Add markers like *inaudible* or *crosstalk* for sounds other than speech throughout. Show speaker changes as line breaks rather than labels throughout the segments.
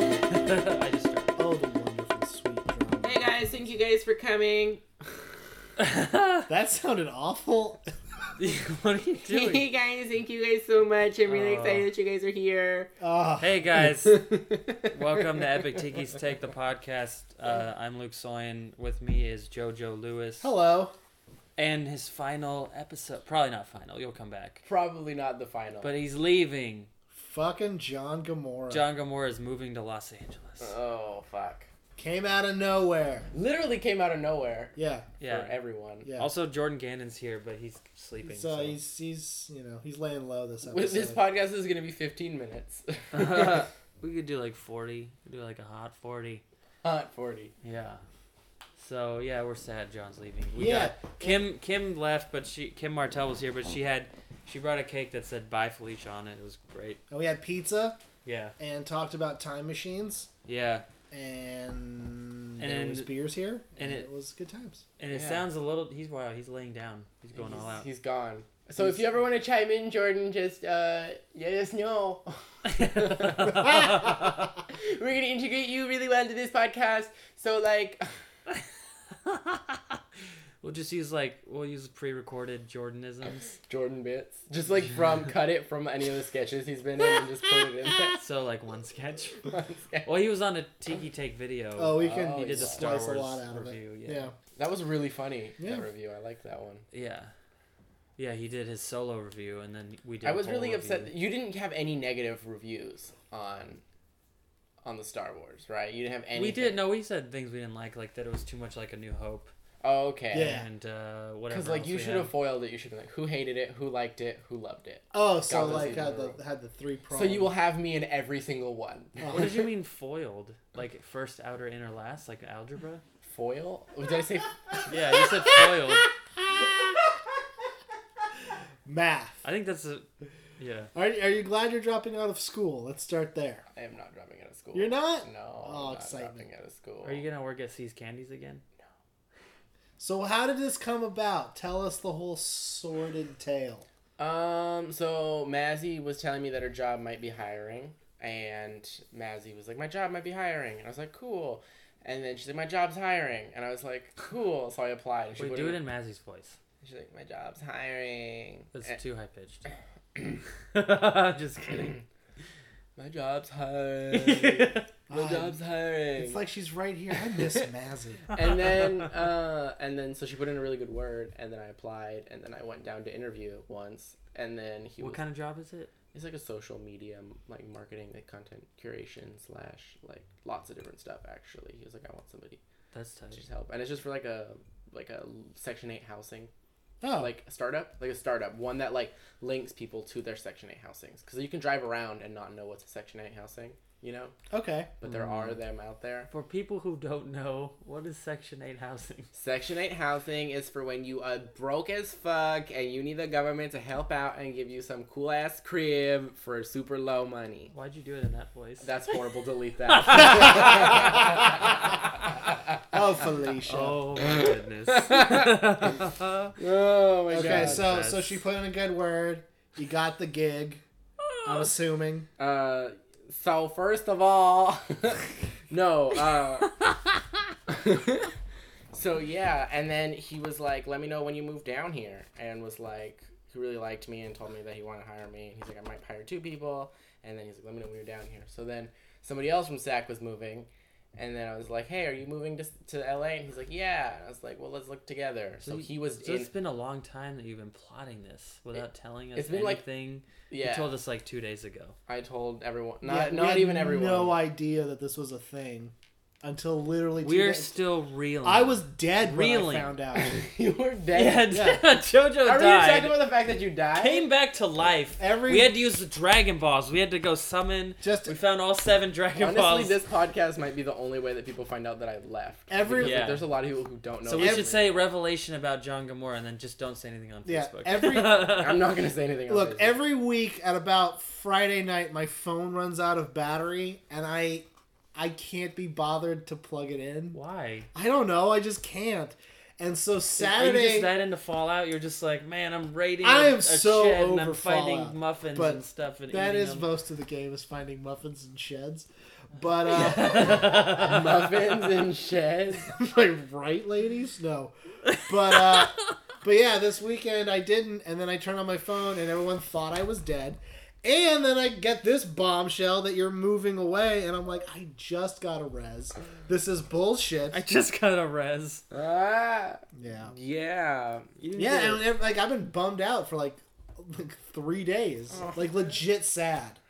I just started.
Oh, the wonderful sweet drama.
Hey guys, thank you guys for coming.
That sounded awful.
*laughs*
*laughs*
what are you
*laughs* Hey
doing?
guys, thank you guys so much. I'm really
Aw.
excited that you guys are here.
Ah.
hey guys, welcome to Epic Tiki's Take the podcast. Uh, I'm Luke Soyan. With me is JoJo Lewis.
*laughs* Hello.
And his final episode, probably not final. You'll come back,
Probably not the final.
but he's leaving.
Fucking John Gamora.
John Gamora is moving to Los Angeles.
Uh,
oh fuck!
Came out of nowhere.
Literally came out of nowhere
Yeah.
for
yeah.
everyone. *laughs*
Yeah.
Also, Jordan Gannon's here, but he's sleeping.
he's, uh,
so-
he's he's you know he's laying low this episode.
With- This podcast is gonna be
*laughs*
15 minutes. *laughs*
we could do like 40. We could do like a hot 40.
Hot 40.
Yeah. So yeah, we're sad John's leaving. We
yeah.
got Kim Kim left, but she Kim Martell was here, but she had she brought a cake that said "Bye Felicia" on it. It was great.
And we had pizza
Yeah,
and talked about time machines
yeah,
and, there
And-
was beers here
and it-
it was good times.
and it
Yeah.
sounds a little. He's wow. He's laying down. He's going
he's,
all out.
He's gone. So if you ever want to chime in, Jordan, just uh, let
*laughs*
us know. *laughs* We're gonna integrate you really well into this podcast. So like,
*laughs*
*laughs*
we'll just use like we'll use pre-recorded Jordanisms.
Jordan bits, just like
*laughs*
from cut it from any of the sketches he's been in, and just put it in there.
so like one sketch.
Sketch.
Well, he was on a Tiki Take video.
Oh, we can
Oh,
he did the Star
slice
Wars
a lot out
review.
of it.
Yeah. yeah,
*laughs* That was really funny.
Yeah.
That review, I like that one.
yeah, he did his solo review, and then we did.
I
a
was
whole
really upset
review.
that you didn't have any negative reviews on on the Star Wars, right? You didn't have any.
We did. No, we said things we didn't like, like that it was too much like A New Hope
Oh, okay.
Yeah.
and uh, whatever.
Because like
else
you
we
should
had.
have foiled it. You should have like, who hated it, who liked it, who loved it.
Oh, so
God, those
like
people
had the
were-
had the three prong.
So you will have me in every single one.
*laughs* What did you mean foiled? Like first, outer, inner, last, like algebra?
Foil? Did I say?
Yeah, you said foiled.
math.
I think that's a. Yeah.
Are, are you glad you're dropping out of school? Let's start there.
I am not dropping out of school.
You're not?
No.
Oh,
I'm not
excitement.
Dropping out of school.
Are you gonna work at C's Candies again?
So how did this come about? Tell us the whole sordid tale.
Um, so Mazzy was telling me that her job might be hiring, and Mazzy was like, My job might be hiring. And I was like, Cool. And then she's like, My job's hiring. And I was like, Cool. So I applied. And she
Wait,
put
do it in Mazzy's voice.
She's like, My job's hiring.
That's *laughs*
And-
too high
*coughs*
pitched. Just kidding.
*clears throat* My
*laughs*
job's hiring. My
Ah,
job's hiring.
It's like *laughs* she's right here. I *laughs* miss Mazzy.
and then uh, and then so she put in a really good word and then I applied and then I went down to interview once and then he
what
was
kind of job is it?
It's like a social media, m- like marketing, like content curation slash like lots of different stuff. Actually, he was like, I want somebody
That's tough.
to just help, and it's just for like a like a Section Eight housing,
Oh,
like a startup, like a startup, one that like links people to their Section Eight housings, because you can drive around and not know what's a Section Eight housing, you know.
okay.
But there are them out there.
For people who don't know, what is Section Eight housing?
Section Eight housing is for when you are broke as fuck and you need the government to help out and give you some cool ass crib for super low money.
Why'd you do it in that voice?
That's horrible. Delete that.
*laughs* Oh, Felicia.
*laughs* Oh my
*laughs*
goodness. *laughs*
Oh my
okay,
god.
so so she put in a good word. You got the gig. I'm assuming.
uh, so first of all, *laughs* no. Uh, *laughs* so yeah, and then he was like, "Let me know when you move down here," and was like, he really liked me and told me that he wanted to hire me. And he's like, "I might hire two people," and then he's like, "Let me know when you're down here." So then somebody else from SAC was moving. And then I was like, "Hey, are you moving to, to LA?" And he's like, "Yeah." And I was like, "Well, let's look together." So,
you-
he was
So
in.
it's been a long time that you've been plotting this without telling us
it's been like-
anything.
Yeah,
You told us like two days ago.
I told everyone.
Yeah,
Not
we
not
had
even everyone.
No idea that this was a thing until literally. two
We're
days-
still reeling.
I was dead when
Reeling.
I found out.
*laughs* you were
*laughs* Yeah,
dead.
Yeah.
*laughs* JoJo
Are we
died.
talking about the fact that you died?
Came back to life.
Every-
We had to use the Dragon Balls. We had to go summon.
Just-
we found all seven Dragon
Honestly,
Balls.
this podcast might be the only way that people find out that I left.
Every-
Because, like,
Yeah.
there's a lot of people who don't know.
so we
that.
every-
should say revelation about John Gamora and then just don't say anything on
Yeah,
Facebook. *laughs*
every-
I'm not gonna say anything. on
Look,
Facebook.
every week at about Friday night, my phone runs out of battery, and I, I can't be bothered to plug it in.
Why?
I don't know. I just can't. And so
Are you
Saturday,
just that into Fallout? You're just like, man, I'm raiding.
I
a-
am
a
so
shed and
over
I'm finding
Fallout,
muffins
but
and stuff and
that
eating
is
them.
most of the game is finding muffins and sheds.
*laughs*
But uh,
*laughs* Muffins and sheds.
am *laughs* I right, ladies? No.
*laughs*
But uh, but yeah, this weekend I didn't, and then I turned on my phone, and everyone thought I was dead. And then I get this bombshell that you're moving away, and I'm like, I just got a res. This is bullshit.
I just got a res.
Ah,
yeah.
yeah. You did
Yeah,
it.
and, and, like I've been bummed out for like like three days,
Oh.
like legit sad.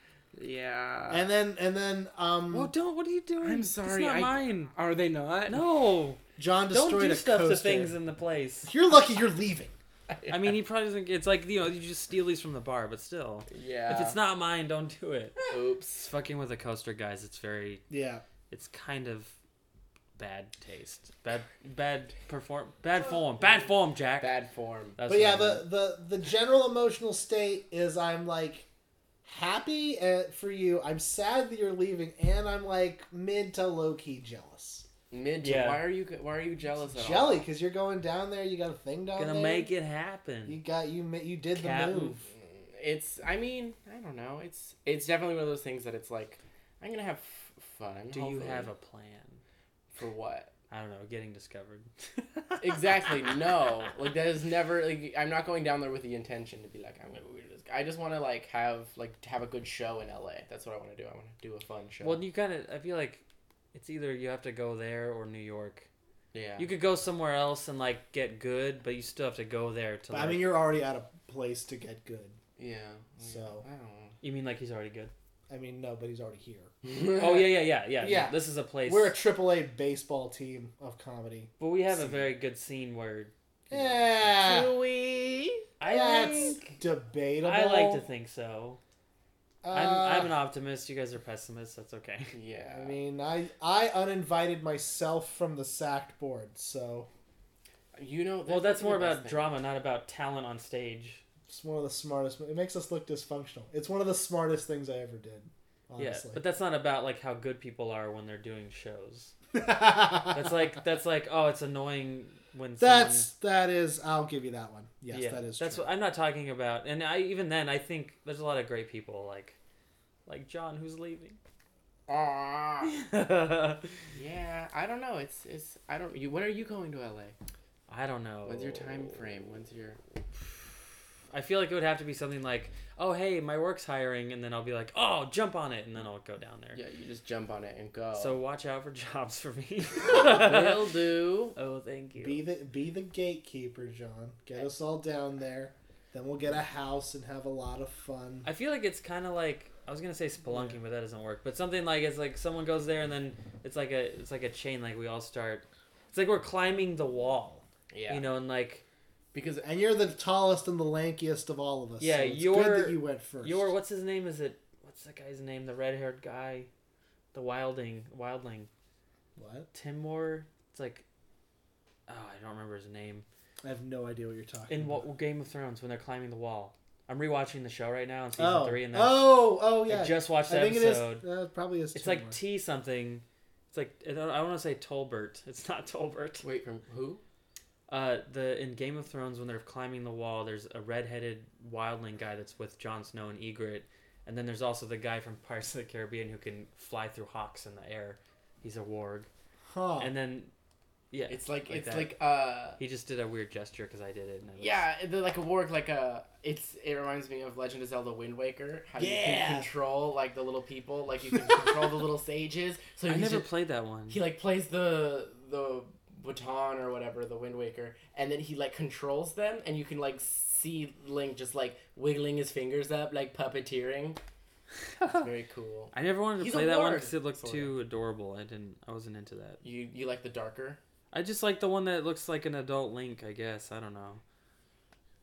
yeah.
And then and then um,
Well, don't. What are you doing?
I'm
It's
sorry,
not
I-
mine.
Are they not?
No,
John
don't
destroyed
do
a
stuff
coaster.
to things in the place.
You're lucky you're leaving.
*laughs* I mean, he probably doesn't. It's like you know, you just steal these from the bar, but still,
Yeah.
if it's not mine, don't do it. It's
Oops.
fucking with a coaster, guys. It's very.
Yeah.
It's kind of bad taste. Bad, bad perform. Bad form. Bad form, Jack.
Bad form.
That's
But
what
yeah,
I meant.
the, the the general emotional state is I'm like happy at, for you. I'm sad that you're leaving, and I'm like mid to low key jealous.
Midge,
Yeah.
why are you why are you jealous at all?
Jelly, because you're going down there. You got a thing down
gonna
there.
make it
You
happen.
got you. ma- You did
Cat
the move.
move.
It's I mean, I don't know. It's it's definitely one of those things that it's like I'm going to have f- fun.
Do you
hopefully.
have a plan?
for what?
I don't know. Getting discovered. *laughs*
Exactly. No. Like that is never like I'm not going down there with the intention to be like I'm going to weird this guy. I just want to like have like to have a good show in LA. That's what I want to do. I want to do a fun show.
Well, you gotta. I feel like it's either you have to go there or New York.
yeah.
You could go somewhere else and like get good, but you still have to go there to.
But,
Like,
I mean, you're already out of place to get good.
yeah.
So.
I don't
you mean like he's already good?
I mean, no, but he's already here.
know.
*laughs* Oh yeah, yeah, yeah, yeah.
Yeah.
This is a place.
We're a triple A baseball team of comedy.
but we have a very good scene where
Eh,
Uh,
Yeah,
Do we?
I
that's
think.
debatable.
I like to think so.
Uh,
I'm, I'm an optimist. You guys are pessimists. That's
*laughs*
okay.
*laughs*
*laughs*
Yeah.
I mean, I I uninvited myself from the sacked board, so
you know
Well, that's more
the best
about
thing.
drama, not about talent on stage.
it's one of the smartest. It makes us look dysfunctional. It's one of the smartest things I ever did. Honestly,
Yeah, but that's not about like how good people are when they're doing shows.
*laughs*
That's like that's like oh, it's annoying when
that's that is. I'll give you that one. Yes,
someone, yeah,
that is.
That's
true.
what I'm not talking about. And I even then I think there's a lot of great people like like John who's leaving.
Ah.
*laughs* I
Yeah, I don't know. It's it's I don't you when are you going to LA?
don't know.
When's your time frame? When's your
I feel like it would have to be something like oh hey, my work's hiring, and then I'll be like oh jump on it, and then I'll go down there.
Yeah, you just jump on it and go.
Oh. So watch out for *laughs* jobs for me.
will do.
*laughs* oh, thank you.
be the be the gatekeeper, John. Get us all down there. Then we'll get a house and have a lot of fun.
I feel like it's kind of like I was gonna say spelunking, but that doesn't work. But something like it's like someone goes there and then it's like a it's like a chain. Like we all start. It's like we're climbing the wall,
Yeah.
you know, and like
because
And you're the tallest and the lankiest of all of us.
Yeah,
so it's
you're-
good that you went first.
your what's his name? Is it what's that guy's name? The red haired guy, the wilding wildling
what?
Timor. It's like oh I don't remember his name.
I have no idea what you're talking.
In
about.
what Game of Thrones when they're climbing the wall. I'm rewatching the show right now in season
Oh.
three, and then
oh, oh
I
yeah.
just watched the
I think
episode.
it is. Uh, probably is.
It's
Timor.
like T something. It's like I don't, want to say Tolbert. It's not *laughs* Tolbert.
wait from who?
Uh, the in Game of Thrones when they're climbing the wall, there's a redheaded wildling guy that's with Jon Snow and Egret, and then there's also the guy from *laughs* Pirates of the Caribbean who can fly through hawks in the air. He's a warg,
huh. *laughs*
and then yeah,
Oh. It's like, it's
that.
like uh
he just did a weird gesture because I did it. And it was-
yeah, they're like a warg like a it's it reminds me of Legend of Zelda Wind Waker. How you
Yeah.
can control like the little people, like you
*laughs*
can control the little sages. So
I
he's
never
just-
played that one.
he like plays the the baton or whatever the wind waker and then he like controls them and you can like see link just like wiggling his fingers up like puppeteering it's very cool
I never wanted to
He's
play
a
that one
warg,
because it looked
sorta.
too adorable. I didn't. I wasn't into that.
you you like the darker
I just like the one that looks like an adult Link. I guess I don't know.
*laughs*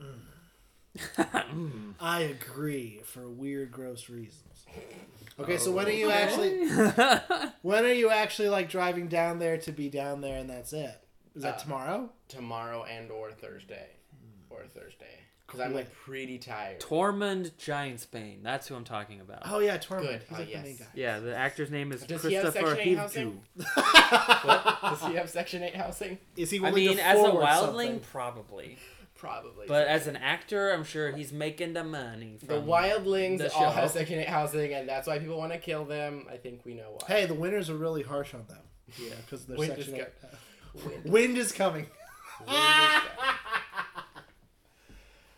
Mm.
*laughs*
I agree for weird, gross reasons. Okay, so when are
Oh.
you actually?
*laughs*
When are you actually like driving down there to be down there, and that's it? Is that
Uh,
tomorrow?
tomorrow and or thursday or thursday because I'm like pretty
*laughs*
tired.
Tormund Giantsbane. That's who I'm talking about.
Oh yeah, Tormund.
Good.
He's
Oh,
like
yes.
the main guy.
Yeah, the actor's name is
Does he have
Christopher
Section eight housing?
Hivju.
*laughs*
What? Does he have Section Eight housing?
Is he
I
willing
mean,
to
as a
forward
wildling,
something?
probably.
Probably.
But as an actor, I'm sure he's making the money. From
the wildlings
the
all
show.
have Section Eight housing, and that's why people want to kill them. I think we know why.
Hey, the winters are really harsh on them.
Yeah.
*laughs* because their
Wind is
section.
go-
Wind. *laughs* wind is coming.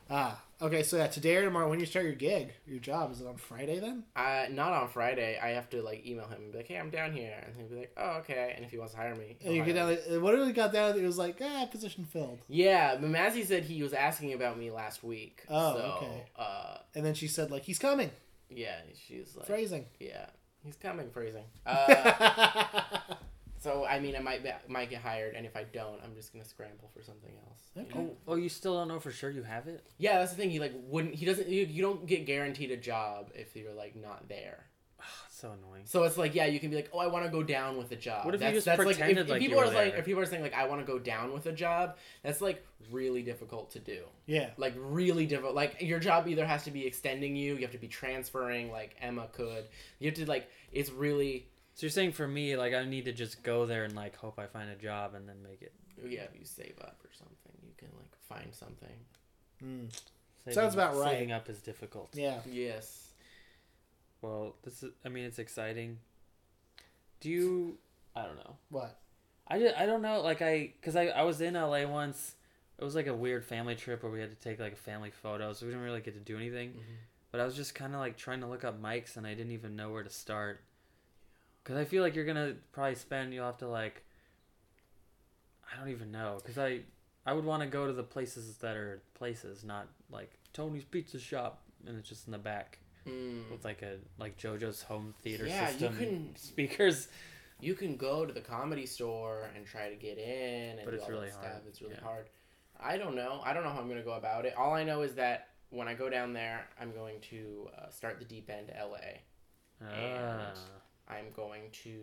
Ah, okay. So yeah, today or tomorrow, when you start your gig, your job is it on Friday then?
Uh, not on Friday. I have to like email him and be like, "Hey, I'm down here," and he'll be like, "Oh, okay." And if he wants to hire me, he'll
And you
hire
get
me.
down. There, uh, what did we got down? It was like ah, position filled.
Yeah, but Mazzy said he was asking about me last week.
Oh,
so,
okay.
Uh,
And then she said like he's coming,
yeah, she's like,
phrasing.
yeah, he's coming, phrasing.
*laughs*
Uh,
uh,
okay.
so I mean, I might be, might get hired, and if I don't, I'm just gonna scramble for something else. you know?
Oh, oh, you still don't know for sure you have it? *sighs*
Yeah, that's the thing. He like wouldn't. He doesn't. You, you don't get guaranteed a job if you're like not there.
That's so annoying.
So it's like, yeah, you can be like, oh, I want to go down with a job.
What if you
that's,
just
that's
pretended
like, if,
like
if
you
people
were
are like,
there?
if people are saying like, I want to go down with a job, that's like really difficult to do.
*laughs* Yeah.
Like really difficult. Like your job either has to be extending you, you have to be transferring, like Emma could. You have to like, it's really
So you're saying for me, like, I need to just go there and, like, hope I find a job and then make it.
yeah. If you save up or something, you can like find something.
Mm.
Saving,
Sounds about right.
Saving up is difficult.
Yeah.
Yes.
Well, this is, I mean, it's exciting. Do you, I don't know.
What?
I, just, I don't know, like, I, because I, I was in LA once. It was, like, a weird family trip where we had to take, like, a family photo, so we didn't really get to do anything. But I was just kind of, like, trying to look up mics, and I didn't even know where to start. Because I feel like you're going to probably spend, you'll have to, like, I don't even know. Because I, I would want to go to the places that are places, not, like, Tony's Pizza Shop, and it's just in the back
Mm.
with like a like JoJo's home theater
Yeah, you
system
couldn't-
speakers.
you can go to the comedy store and try to get in and
But
do
it's
all
really
that stuff.
hard,
It's really
yeah.
hard. I don't know. I don't know how I'm gonna go about it. All I know is that when I go down there, I'm going to uh, start the deep end LA.
Ah,
I'm going to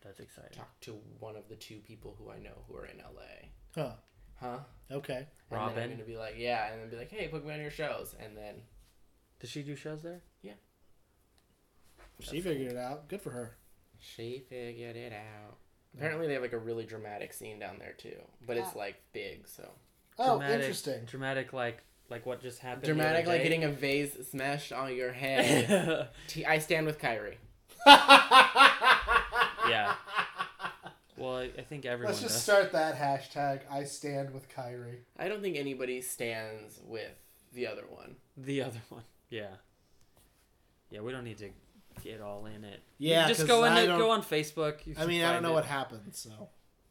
that's exciting.
talk to one of the two people who I know who are in LA.
Huh.
Huh?
Okay.
And then I'm
Robin.
gonna be like, yeah, and then be like, hey, put me on your shows, and then
Does she do shows there?
She figured it out. Good for her.
she figured it out. Apparently, they have like a really dramatic scene down there too, but it's like big, so
Oh, interesting. *laughs*
Dramatic, like like what just happened. the other
dramatic, like
day. *laughs*
getting a vase smashed on your head. T- I stand with Kyrie.
*laughs*
yeah. Well, I, I think everyone
Let's just
does.
start that hashtag. I stand with Kyrie.
I don't think anybody stands with the other one.
The other one. Yeah. Yeah, we don't need to get all in it. You
Yeah,
just
'cause
go in.
I
the-
don't-
Go on Facebook. You
I
can
mean, I don't
find
know
it.
what happened, so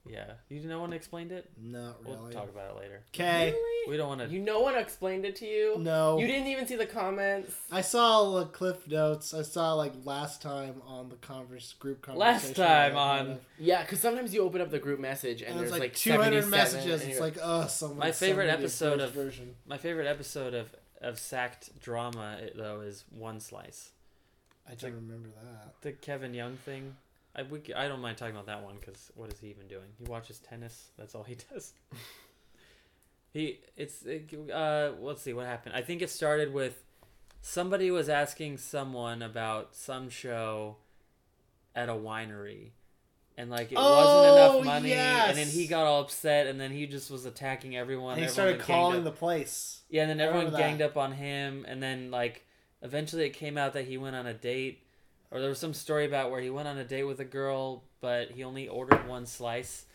Yeah, you no one explained it.
not
We'll
really.
talk about it later.
Okay.
We don't want to.
You no one explained it to you.
No.
You didn't even see the comments.
I saw the cliff notes. I saw like last time on the converse group
Last time
conversation. that I had
on-
of-
Yeah, because sometimes you open up the group message and,
and
there's
it's
like,
like, 200
77,
messages.
and
It's
you're
like, oh, someone.
My
sent me
favorite
the
episode
abridged
of-
version.
My favorite episode of of sacked drama though is One Slice.
I don't remember that.
the Kevin Young thing. I we, c- I don't mind talking about that one because what is he even doing? He watches tennis. That's all he *laughs* does. he it's it, uh let's see what happened. I think it started with somebody was asking someone about some show at a winery. And like it
Oh,
wasn't enough money, and then
yes.
he got all upset, and then he just was attacking everyone.
And he
everyone
started
ganged
calling
up.
the
*laughs*
place.
Yeah, and then
I
everyone
remember
ganged
that.
up on him, and then like eventually it came out that he went on a date, or there was some story about where he went on a date with a girl, but he only ordered one slice.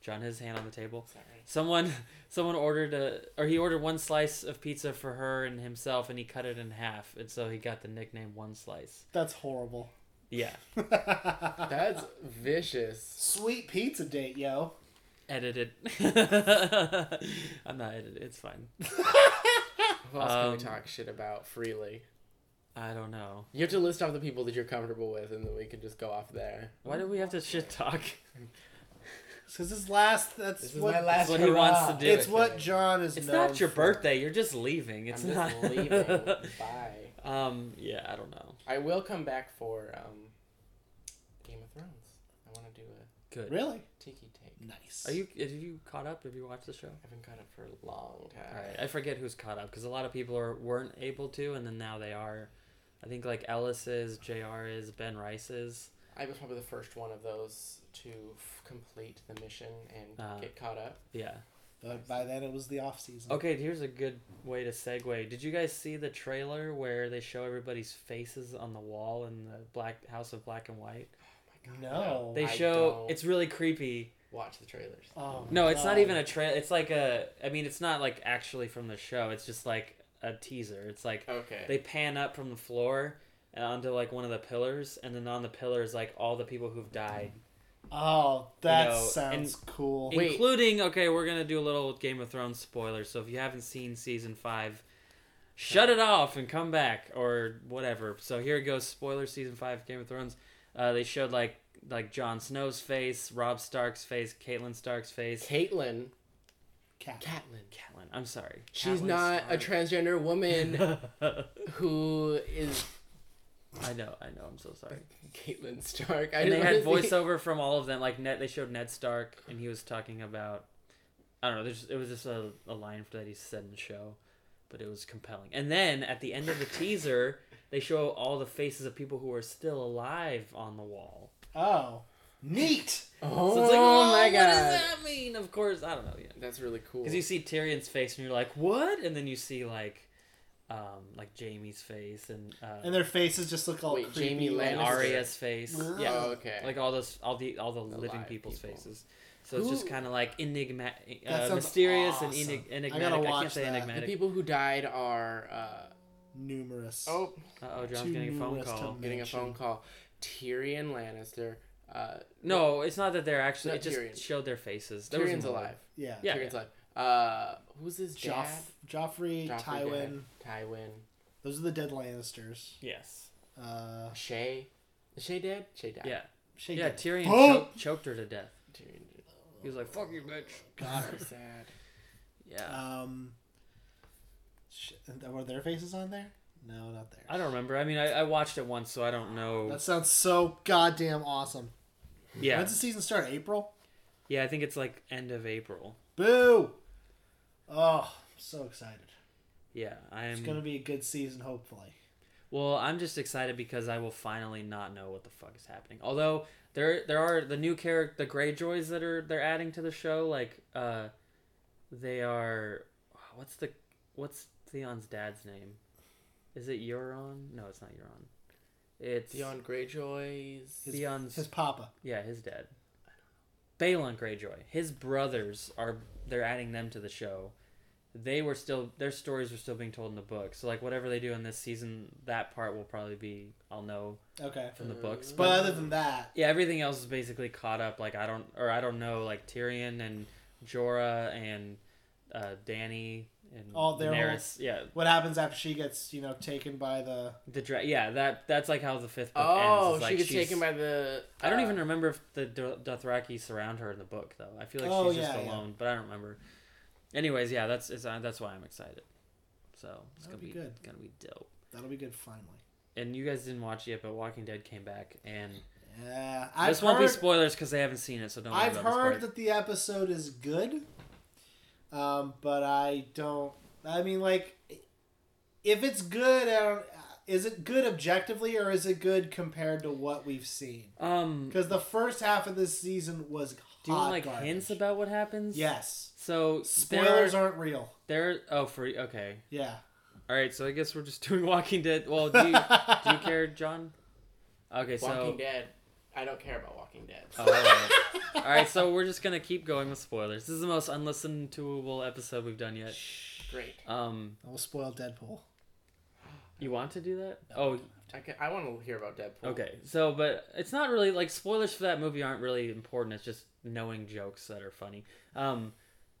John, his hand on the table.
Sorry.
Someone, *laughs* someone ordered a, or he ordered one slice of pizza for her and himself, and he cut it in half, and so he got the nickname One Slice.
That's horrible.
Yeah,
That's vicious.
*laughs* Sweet pizza date, yo.
edited. *laughs* I'm not edited. It's fine.
Who else can we
Um,
talk shit about freely?
I don't know.
You have to list off the people that you're comfortable with, and then we can just go off there.
Why do we have to shit talk?
Because this last. That's
This is
what,
my last.
what he wants
hurrah.
to do.
It's what John is.
It's
known
not your
for.
birthday. You're just leaving.
I'm
It's
just
not
leaving.
*laughs*
Bye.
um. Yeah. I don't know.
I will come back for um, Game of Thrones. I want to do a
Good.
Really?
tiki take.
Nice.
Are you? Have you caught up? Have you watched the show?
I've been caught up for a long time.
All right. I forget who's caught up because a lot of people are weren't able to, and then now they are. I think like Ellis is, Jr. is, Ben Rice is.
I was probably the first one of those to f- complete the mission and
Uh.
get caught up.
Yeah.
But by then it was the off season.
Okay. Here's a good way to segue. Did you guys see the trailer where they show everybody's faces on the wall in the Black House of Black and White?
Oh my
No.
They
I
show.
don't.
It's really creepy.
Watch the trailers.
Oh,
No, it's not
God.
even a trail. It's like a. I mean, it's not like actually from the show. It's just like a teaser. It's like
Okay.
they pan up from the floor and onto like one of the pillars, and then on the pillar is like all the people who've died,
Oh, that
You know,
sounds cool.
Wait.
including. Okay, we're gonna do a little Game of Thrones spoiler. So if you haven't seen season five, shut it off and come back or whatever. So here it goes. Spoiler season five, Game of Thrones. Uh, they showed like like Jon Snow's face, Rob Stark's face, Caitlyn Stark's face.
Caitlyn.
Cat.
Catelyn.
Catelyn, I'm sorry.
She's
Catelyn
not a
Stark. *laughs*
transgender woman who is
I know, I know. I'm so sorry.
Caitlyn Stark. I Oh
And *laughs* they
didn't *laughs*
had
wanna say-
voiceover from all of them. Like Ned, they showed Ned Stark, and he was talking about. I don't know. There's, it was just a, a line that he said in the show, but it was compelling. And then at the end of the teaser, they show all the faces of people who are still alive on the wall.
Oh, neat.
Oh,
So it's like, oh
my
What does
god.
that mean? Of course, I don't know. Yeah,
That's really cool.
because you see Tyrion's face, and you're like, what? And then you see like, um, like Jamie's face and uh,
And their faces just look all
Wait,
creepy.
Jamie
like-
and
Lannister.
Arya's face.
Wow.
Yeah.
Oh, okay.
like all those all the all the living
live
people's
people.
faces so it's just
Who-
kind of like enigma
That
uh,
sounds
mysterious and
awesome.
enig-
gotta
enigmatic i,
watch
can't say
that.
the
enigmatic
people who died are uh
Numerous.
oh
oh john's
Too
getting a phone
numerous to
call
getting a
mention.
phone call. Tyrion Lannister. Uh
no it's not that they're actually
No,
it just
Tyrion.
showed their faces There was
Tyrion's
more.
alive.
Yeah.
Yeah,
Tyrion's alive. Uh who's his
Joff-
dad?
Joffrey,
Joffrey
Tywin.
dad. Tywin.
Those are the dead Lannisters.
yes
Uh,
Shay. Is Shay dead? Shay died.
Oh. yeah
Shay
yeah
dead.
tyrion
Oh!
choked, choked her to death
Tyrion.
he was like fuck you bitch
Got her.
So sad.
yeah
Um, sh- were their faces on there? No, not there.
i don't remember i mean i, I watched it once so i don't know
That sounds so goddamn awesome.
yeah
When's the season start? April?
yeah i think it's like end of april
Boo! Oh, I'm so excited.
yeah i
It's
am
going to be a good season, hopefully.
Well, I'm just excited because I will finally not know what the fuck is happening. Although there there are the new character, the Greyjoys that are they're adding to the show. Like, uh, they are what's the what's Theon's dad's name? Is it Euron? No, it's not Euron. It's
Theon Greyjoy's
Theon's
His papa.
yeah, his dad. Balon Greyjoy. His brothers are they're adding them to the show. They were still their stories were still being told in the book. So like whatever they do in this season, that part will probably be I'll know
Okay.
from the books.
Mm.
But
But
other than that,
yeah, everything else is basically caught up. Like I don't or I don't know like Tyrion and Jorah and uh, Danny and
All their whole-
Daenerys. Yeah,
what happens after she gets, you know, taken by the.
the dra- yeah that that's like how the fifth book
Oh,
ends. It's
she
like
gets
she's-
taken by the.
I don't
uh,
even remember if the Do- Dothraki surround her in the book though. I feel like
Oh,
she's
yeah,
just
yeah.
alone, but I don't remember. Anyways, yeah, that's it's, uh, that's why I'm excited. So it's
That'll
gonna be,
be good.
gonna be dope.
That'll be good finally.
And you guys didn't watch it yet, but Walking Dead came back, and
Yeah. I've
this won't be
heard-
spoilers because they haven't seen it, so don't. Worry
I've
about this
heard
part.
that the episode is good, um, but I don't. I mean, like, if it's good, I don't, is it good objectively or is it good compared to what we've seen?
Um,
Because the first half of this season was
do you
hot
want like
garbage.
hints about what happens?
Yes,
So
spoilers
there,
aren't real.
there. Oh, for okay.
Yeah,
All right, so I guess we're just *laughs* doing Walking Dead. Well, Oh, do you, do you
*laughs*
care, John? Okay, so
Walking Dead. I don't care about Walking Dead.
Oh, all right. all right, so we're just gonna keep going with spoilers. This is the most unlistened toable episode we've done yet.
Great.
Um,
I will spoil Deadpool.
you want to do that? Oh,
I, ca- I want to hear about Deadpool.
okay. So, but it's not really like spoilers for that movie aren't really important. It's just knowing jokes that are funny. Um,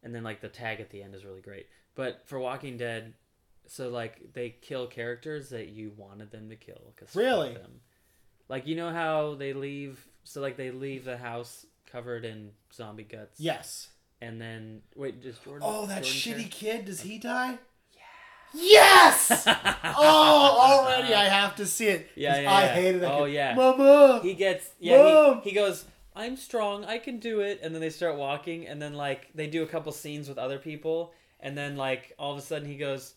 and then like the tag at the end is really great. But for Walking Dead, so like they kill characters that you wanted them to kill. Cause fuck
Really?
them. Like you know how they leave. So like they leave the house covered in zombie guts.
Yes.
And then wait, does Jordan?
Oh, that
Jordan
shitty kid. Does he die? Yes.
care?
*laughs*
*laughs*
oh, already I have to see it.
Yeah,
'Cause
yeah,
I
yeah.
hated that.
Oh,
kid.
yeah.
Mama.
he gets yeah.
Mom!
He, he goes. I'm strong, I can do it, and then they start walking, and then like they do a couple scenes with other people, and then like all of a sudden he goes,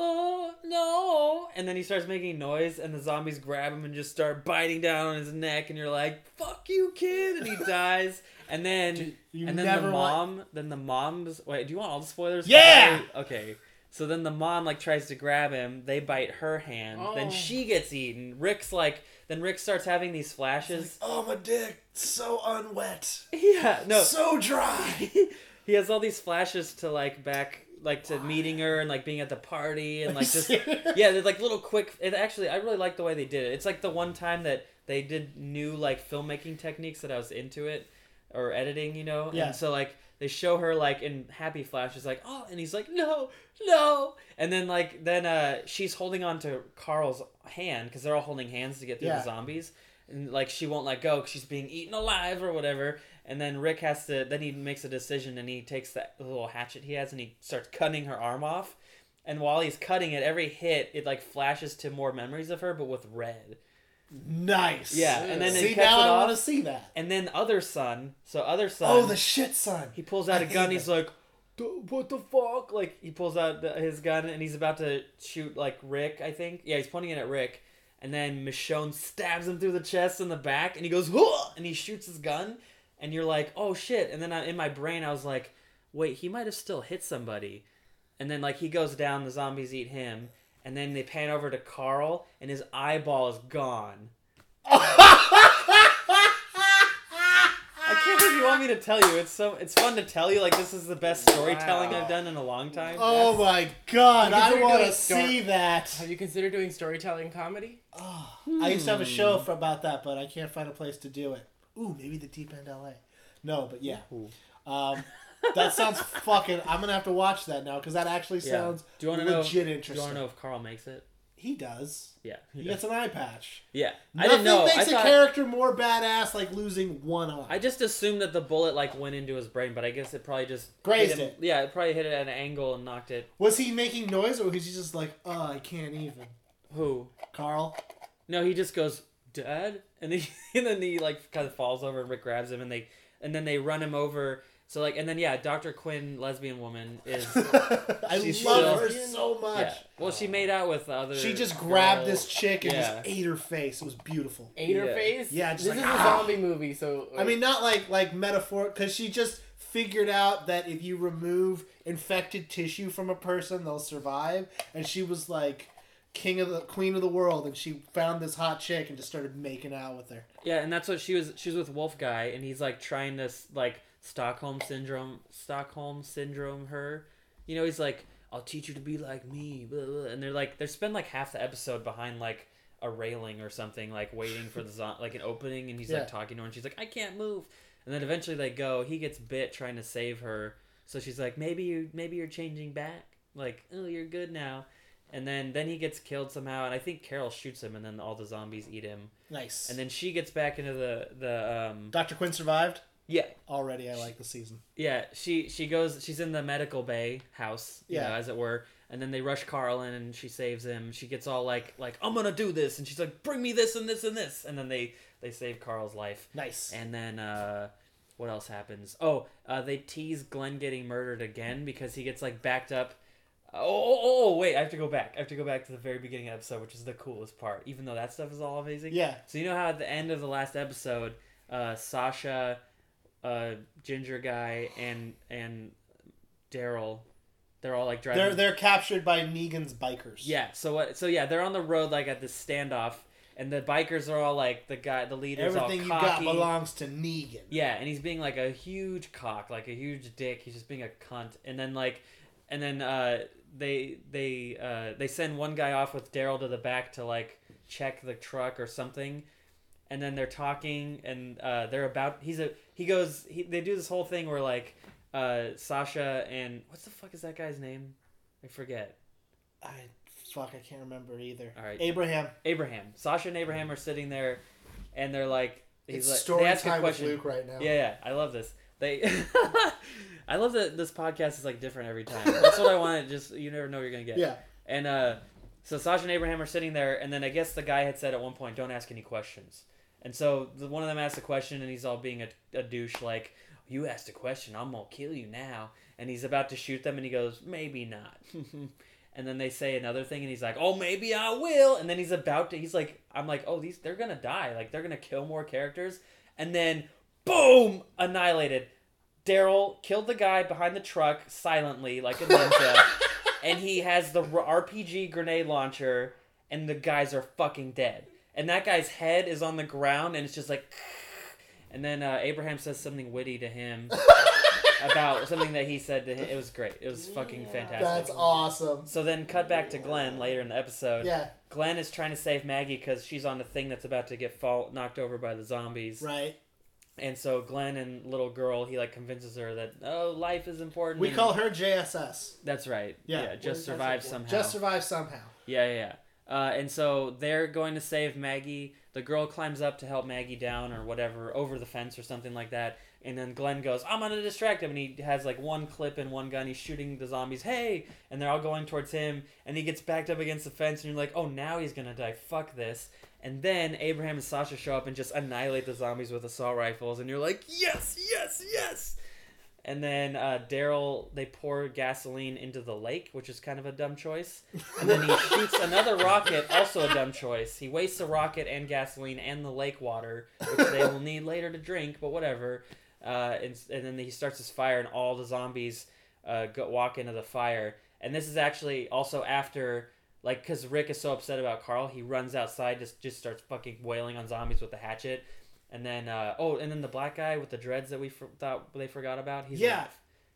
"Oh no!" and then he starts making noise, and the zombies grab him and just start biting down on his neck, and you're like, "Fuck you, kid!"
*laughs*
and he dies, and then
You
and then
never
the
want-
mom, then the mom's. Wait, do you want all the spoilers?
Yeah!
Probably- Okay. So then the mom like tries to grab him. They bite her hand.
Oh.
Then she gets eaten. Rick's like. Then Rick starts having these flashes.
Oh, my dick, so unwet, *laughs*
yeah. *laughs* No.
so dry.
he has all these flashes to like back, like to meeting her and like being at the party and like just yeah, they're like little quick. It actually, I really like the way they did it. It's like the one time that they did new like filmmaking techniques that I was into it or editing, you know.
Yeah.
And so like they show her like in happy flashes, like oh, and he's like no, no, and then like then uh she's holding on to Carl's hand because they're all holding hands to get through
Yeah.
the zombies. And like she won't let go because she's being eaten alive or whatever. And then Rick has to. Then he makes a decision and he takes that little hatchet he has and he starts cutting her arm off and while he's cutting it every hit it like flashes to more memories of her but with red
*laughs* nice.
yeah and then
see
it cuts
now
it
I
off
want to see that.
and then other son so other son
Oh, the shit son.
he *laughs* pulls out
I
a gun
hate
he's like "D- what the fuck like he pulls out the, his gun and he's about to shoot like rick i think yeah he's pointing it at rick and then michonne stabs him through the chest and the back and he goes Whoa! and he shoots his gun and you're like oh shit and then I, in my brain i was like wait he might have still hit somebody and then like he goes down the zombies eat him and then they pan over to carl and his eyeball is gone I can't believe you want me to tell you. It's so it's fun to tell you. Like this is the best storytelling
Wow.
I've done in a long time.
Oh my god,
You
I
consider
want to
doing dark-
see that.
Have you considered doing storytelling comedy?
Oh, I used to have a show
Hmm.
for, about that, but I can't find a place to do it. Ooh, maybe the Deep End LA. No, but yeah.
Ooh.
Um, that sounds fucking. I'm gonna have to watch that now because that actually
Yeah.
sounds
Do you want to know?
legit
Do you
interesting.
want to know if Carl makes it?
He does.
Yeah.
He
Yeah.
gets an eye patch.
Yeah. I
Nothing
didn't know.
makes
I
a
thought,
character more badass like losing one eye.
I just assumed that the bullet like went into his brain, but I guess it probably just hit
Grazed
him-
it.
Yeah, it probably hit it at an angle and knocked it.
Was he making noise or was he just like, oh, I can't even?
Who?
Carl. *laughs*
No, he just goes, "Dad," and then *laughs* and then he like kind of falls over and Rick grabs him and they and then they run him over. So like and then yeah, Dr. Quinn, lesbian woman,
*laughs*
is
I
She's
love her
so-
so much.
yeah. Well, she made out with the other.
She just grabbed
girl.
this chick and
Yeah.
just ate her face. It was beautiful.
Ader
Yeah.
face?
Yeah, just
this
like,
is
"Ah!"
a zombie movie, so
I mean, not like like metaphor, because she just figured out that if you remove infected tissue from a person, they'll survive. And she was like king of the queen of the world, and she found this hot chick and just started making out with her.
Yeah, and that's what she was. She was with Wolf Guy, and he's like trying to s- like Stockholm syndrome, Stockholm syndrome. Her, you know, he's like, "I'll teach you to be like me," blah, blah. and they're like, they spend like half the episode behind like a railing or something, like waiting for the zo- *laughs* like an opening, and he's
Yeah.
like talking to her, and she's like, "I can't move," and then eventually they go. He gets bit trying to save her, so she's like, "Maybe you, maybe you're changing back. Like, oh, you're good now." And then then he gets killed somehow, and I think Carol shoots him, and then all the zombies eat him.
Nice.
And then she gets back into the the um
Dr. Quinn survived.
yeah
Already, I like the season.
yeah she she goes she's in the medical bay house you
Yeah.
know, as it were and then they rush Carl in and she saves him she gets all like like I'm gonna do this and she's like bring me this and this and this and then they they save Carl's life
Nice.
and then uh what else happens oh uh, they tease Glenn getting murdered again because he gets like backed up oh, oh, oh, oh, wait I have to go back I have to go back to the very beginning of the episode which is the coolest part even though that stuff is all amazing
yeah.
so you know how at the end of the last episode, uh, Sasha, uh, Ginger guy, and and Daryl, they're all like driving.
They're they're captured by Negan's bikers.
yeah. So what? So yeah, they're on the road like at this standoff, and the bikers are all like the guy, the leader's
Everything
all
you got
cocky.
belongs to Negan.
Yeah, and he's being like a huge cock, like a huge dick. He's just being a cunt. And then like, and then uh, they they uh, they send one guy off with Daryl to the back to like check the truck or something. And then they're talking, and uh, they're about. He's a he goes. He, they do this whole thing where like uh, Sasha and what's the fuck is that guy's name? I forget.
I fuck, I can't remember either.
All right.
Abraham.
Abraham. Sasha and Abraham are sitting there, and they're like, he's
It's
like,
story
they ask a
time with
question.
Luke right now.
Yeah, yeah, I love this. They, *laughs* I love that this podcast is like different every time. That's what I wanted. Just you never know what you're gonna get.
Yeah.
And uh, so Sasha and Abraham are sitting there, and then I guess the guy had said at one point, "Don't ask any questions." And so the, one of them asks a question, and he's all being a, a douche, like, "You asked a question, I'm gonna kill you now." And he's about to shoot them, and he goes, "Maybe not." and then they say another thing, and he's like, "Oh, maybe I will." And then he's about to, he's like, "I'm like, oh, these they're gonna die, like they're gonna kill more characters." And then, boom, annihilated. Daryl killed the guy behind the truck silently, like a ninja, and he has the r- RPG grenade launcher, and the guys are fucking dead. And that guy's head is on the ground, and it's just like. *laughs* And then uh, Abraham says something witty to him about something that he said to him. It was great. It was fucking fantastic.
That's awesome.
so then, cut back to Glenn later in the episode.
Yeah,
Glenn is trying to save Maggie because she's on the thing that's about to get fall- knocked over by the zombies.
right.
And so Glenn and little girl, he like convinces her that oh, life is important.
We
and-
call her JSS.
That's right.
Yeah.
Yeah,
What
just
is that
survive
for?
somehow.
Just survive somehow.
yeah, yeah. yeah. Uh, and so they're going to save Maggie. The girl climbs up to help Maggie down or whatever, over the fence or something like that. And then Glenn goes, "I'm gonna distract him," and he has like one clip and one gun. He's shooting the zombies. Hey, and they're all going towards him. And he gets backed up against the fence, and you're like, "Oh, now he's gonna die. Fuck this." And then Abraham and Sasha show up and just annihilate the zombies with assault rifles, and you're like, "Yes, yes, yes!" And then uh, Daryl, they pour gasoline into the lake, which is kind of a dumb choice. And then
*laughs*
he shoots another rocket, also a dumb choice. He wastes a rocket and gasoline and the lake water, which they will need later to drink, but whatever. Uh, and, and then he starts his fire, and all the zombies uh, go, walk into the fire. And this is actually also after, like, because Rick is so upset about Carl, he runs outside, just, just starts fucking wailing on zombies with a hatchet. And then, uh, oh, and then the black guy with the dreads that we for- thought they forgot about. He's
Yeah.
in-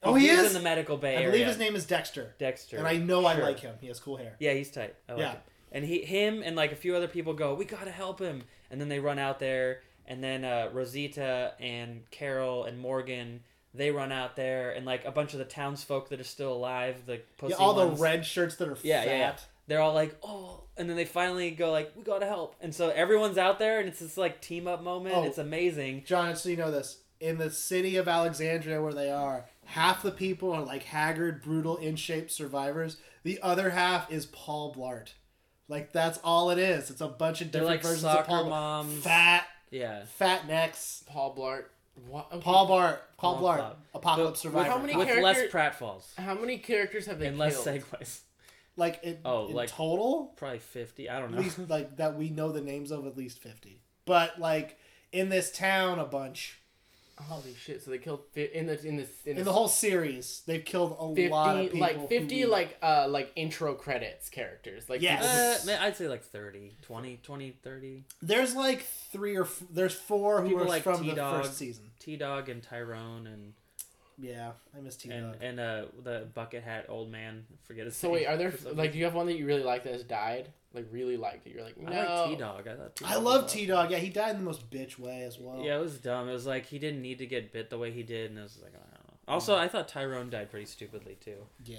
Oh, he
he's
is?
in the medical bay
I
area.
believe his name is Dexter,
Dexter.
and I know I
Sure.
like him. He has cool hair.
Yeah, he's tight. I like
Yeah.
him. And he, him, and like a few other people go, we gotta help him. And then they run out there, and then uh, Rosita and Carol and Morgan, they run out there, and like a bunch of the townsfolk that are still alive, the pussy
Yeah, all
ones,
the red shirts that are
Yeah,
fat.
yeah, yeah. They're all like, oh, and then they finally go like, we gotta help. And so everyone's out there, and it's this like team up moment.
Oh.
It's amazing.
John, so you know this. In the city of Alexandria, where they are, half the people are like haggard, brutal, in shape survivors. The other half is Paul Blart. Like that's all it is. It's a bunch of
They're
different
like
versions
soccer
of Paul Blart.
moms.
Fat,
Yeah.
fat necks.
Paul Blart. What? okay.
Paul Blart. Paul,
Paul
Blart.
Blart.
Apocalypse
But-
survivor.
how many-
With less
character-
pratfalls
How many characters have they
and less
killed?
segues.
Like in,
Oh,
in
like-
total,
Probably fifty. I don't
at
know. Uh,
least like that we know the names of at least fifty. But like in this town, a bunch.
Holy shit! So they killed fi- in the in the in,
In the whole series, they've killed a lot of
50
people.
like 50
who-
like uh like intro credits characters like
Yes.
people who-
Uh, man, I'd say like 30, 20, 20, 30.
There's like three or f- there's four who
People
were
like
from the
T-Dog.
first season.
T Dog and Tyrone and
Yeah, I miss T
and
Dog.
and uh the bucket hat old man. I Forget his
so
name.
wait
*laughs*
are there
for some
like do
reason.
you have one that you really like that has died like really liked that you're like no
I like
*laughs*
T Dog. I thought
I
T-Dog
love Oh.
was
T Dog. Yeah, he died in the most bitch way as well.
awesome. Yeah, it was dumb. It was like he didn't need to get bit the way he did, and it was like I don't know. Also, I thought Tyrone died pretty stupidly too.
Yeah.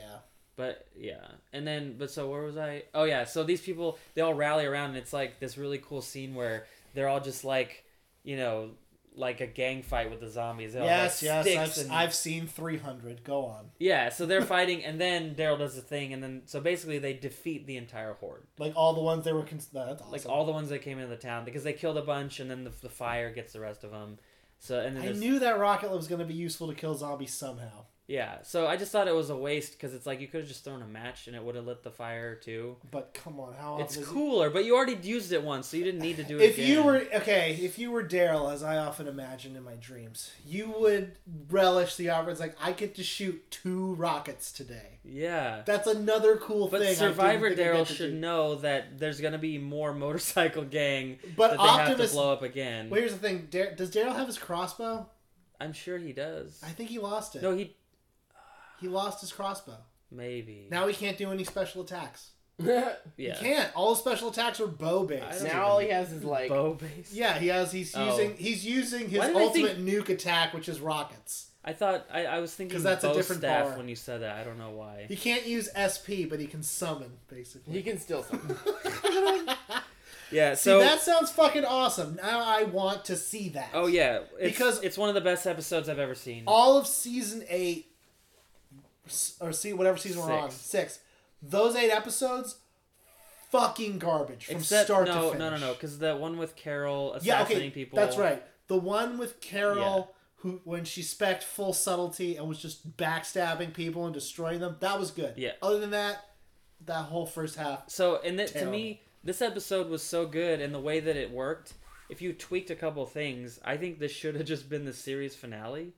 But yeah, and then but so where was I? Oh yeah, so these people they all rally around and it's like this really cool scene where they're all just like, you know, like a gang fight with the zombies. They all have,
yes,
like,
yes.
sticks
I've,
and-
I've seen 300. Go on.
Yeah, so
*laughs*
they're fighting, and then Daryl does the thing, and then so basically they defeat the entire horde,
Like all the ones they were. Cons- no, that's awesome.
like all the ones that came into the town, because they killed a bunch, and then the, the fire gets the rest of them. So and then
I
there's-
knew that rocket was going to be useful to kill zombies somehow.
yeah, so I just thought it was a waste because it's like you could have just thrown a match and it would have lit the fire too.
But come on, how
It's
often is it-
cooler, but you already used it once, so you didn't need to do it.
If you
again.
were okay, if you were Daryl, as I often imagine in my dreams, you would relish the opportunity. Like I get to shoot two rockets today.
yeah.
That's another cool
But
thing. I didn't
Survivor
think I
Daryl
got to
should
do.
know that there's gonna be more *laughs* motorcycle gang
But
that they have
Optimus.
to blow up again.
Well, here's the thing. Dar- does Daryl have his crossbow?
I'm sure he does.
I think he lost it.
No, he
He lost his crossbow.
maybe.
Now he can't do any special attacks.
yeah.
He can't. All his special attacks are bow
I
based.
don't-
now all he has is like
bow base.
Yeah, he has. He's
Oh.
using. He's using his
Why did I
ultimate nuke attack, which is rockets.
I thought I, I was thinking
'Cause that's a
bow
different
staff
bar.
when you said that. I don't know why.
He can't use SP, but he can summon
he
basically.
can steal something
*laughs*
Yeah.
See,
So
that sounds fucking awesome. Now I want to see that.
oh yeah, it's,
Because-
because it's one of the best episodes I've ever seen.
all of season eight or see whatever season we we're on
Six.
six those eight episodes fucking garbage from
Except,
start
no,
to finish.
no, no, no, because the one with Carol
Yeah,
assassinating
okay,
people.
that's right. The one with Carol,
Yeah.
who when she specked full subtlety and was just backstabbing people and destroying them, that was good.
Yeah.
Other than that, that whole first half,
So, and that to
Terrible.
me, this episode was so good, and the way that it worked. If you tweaked a couple things, I think this should have just been the series finale,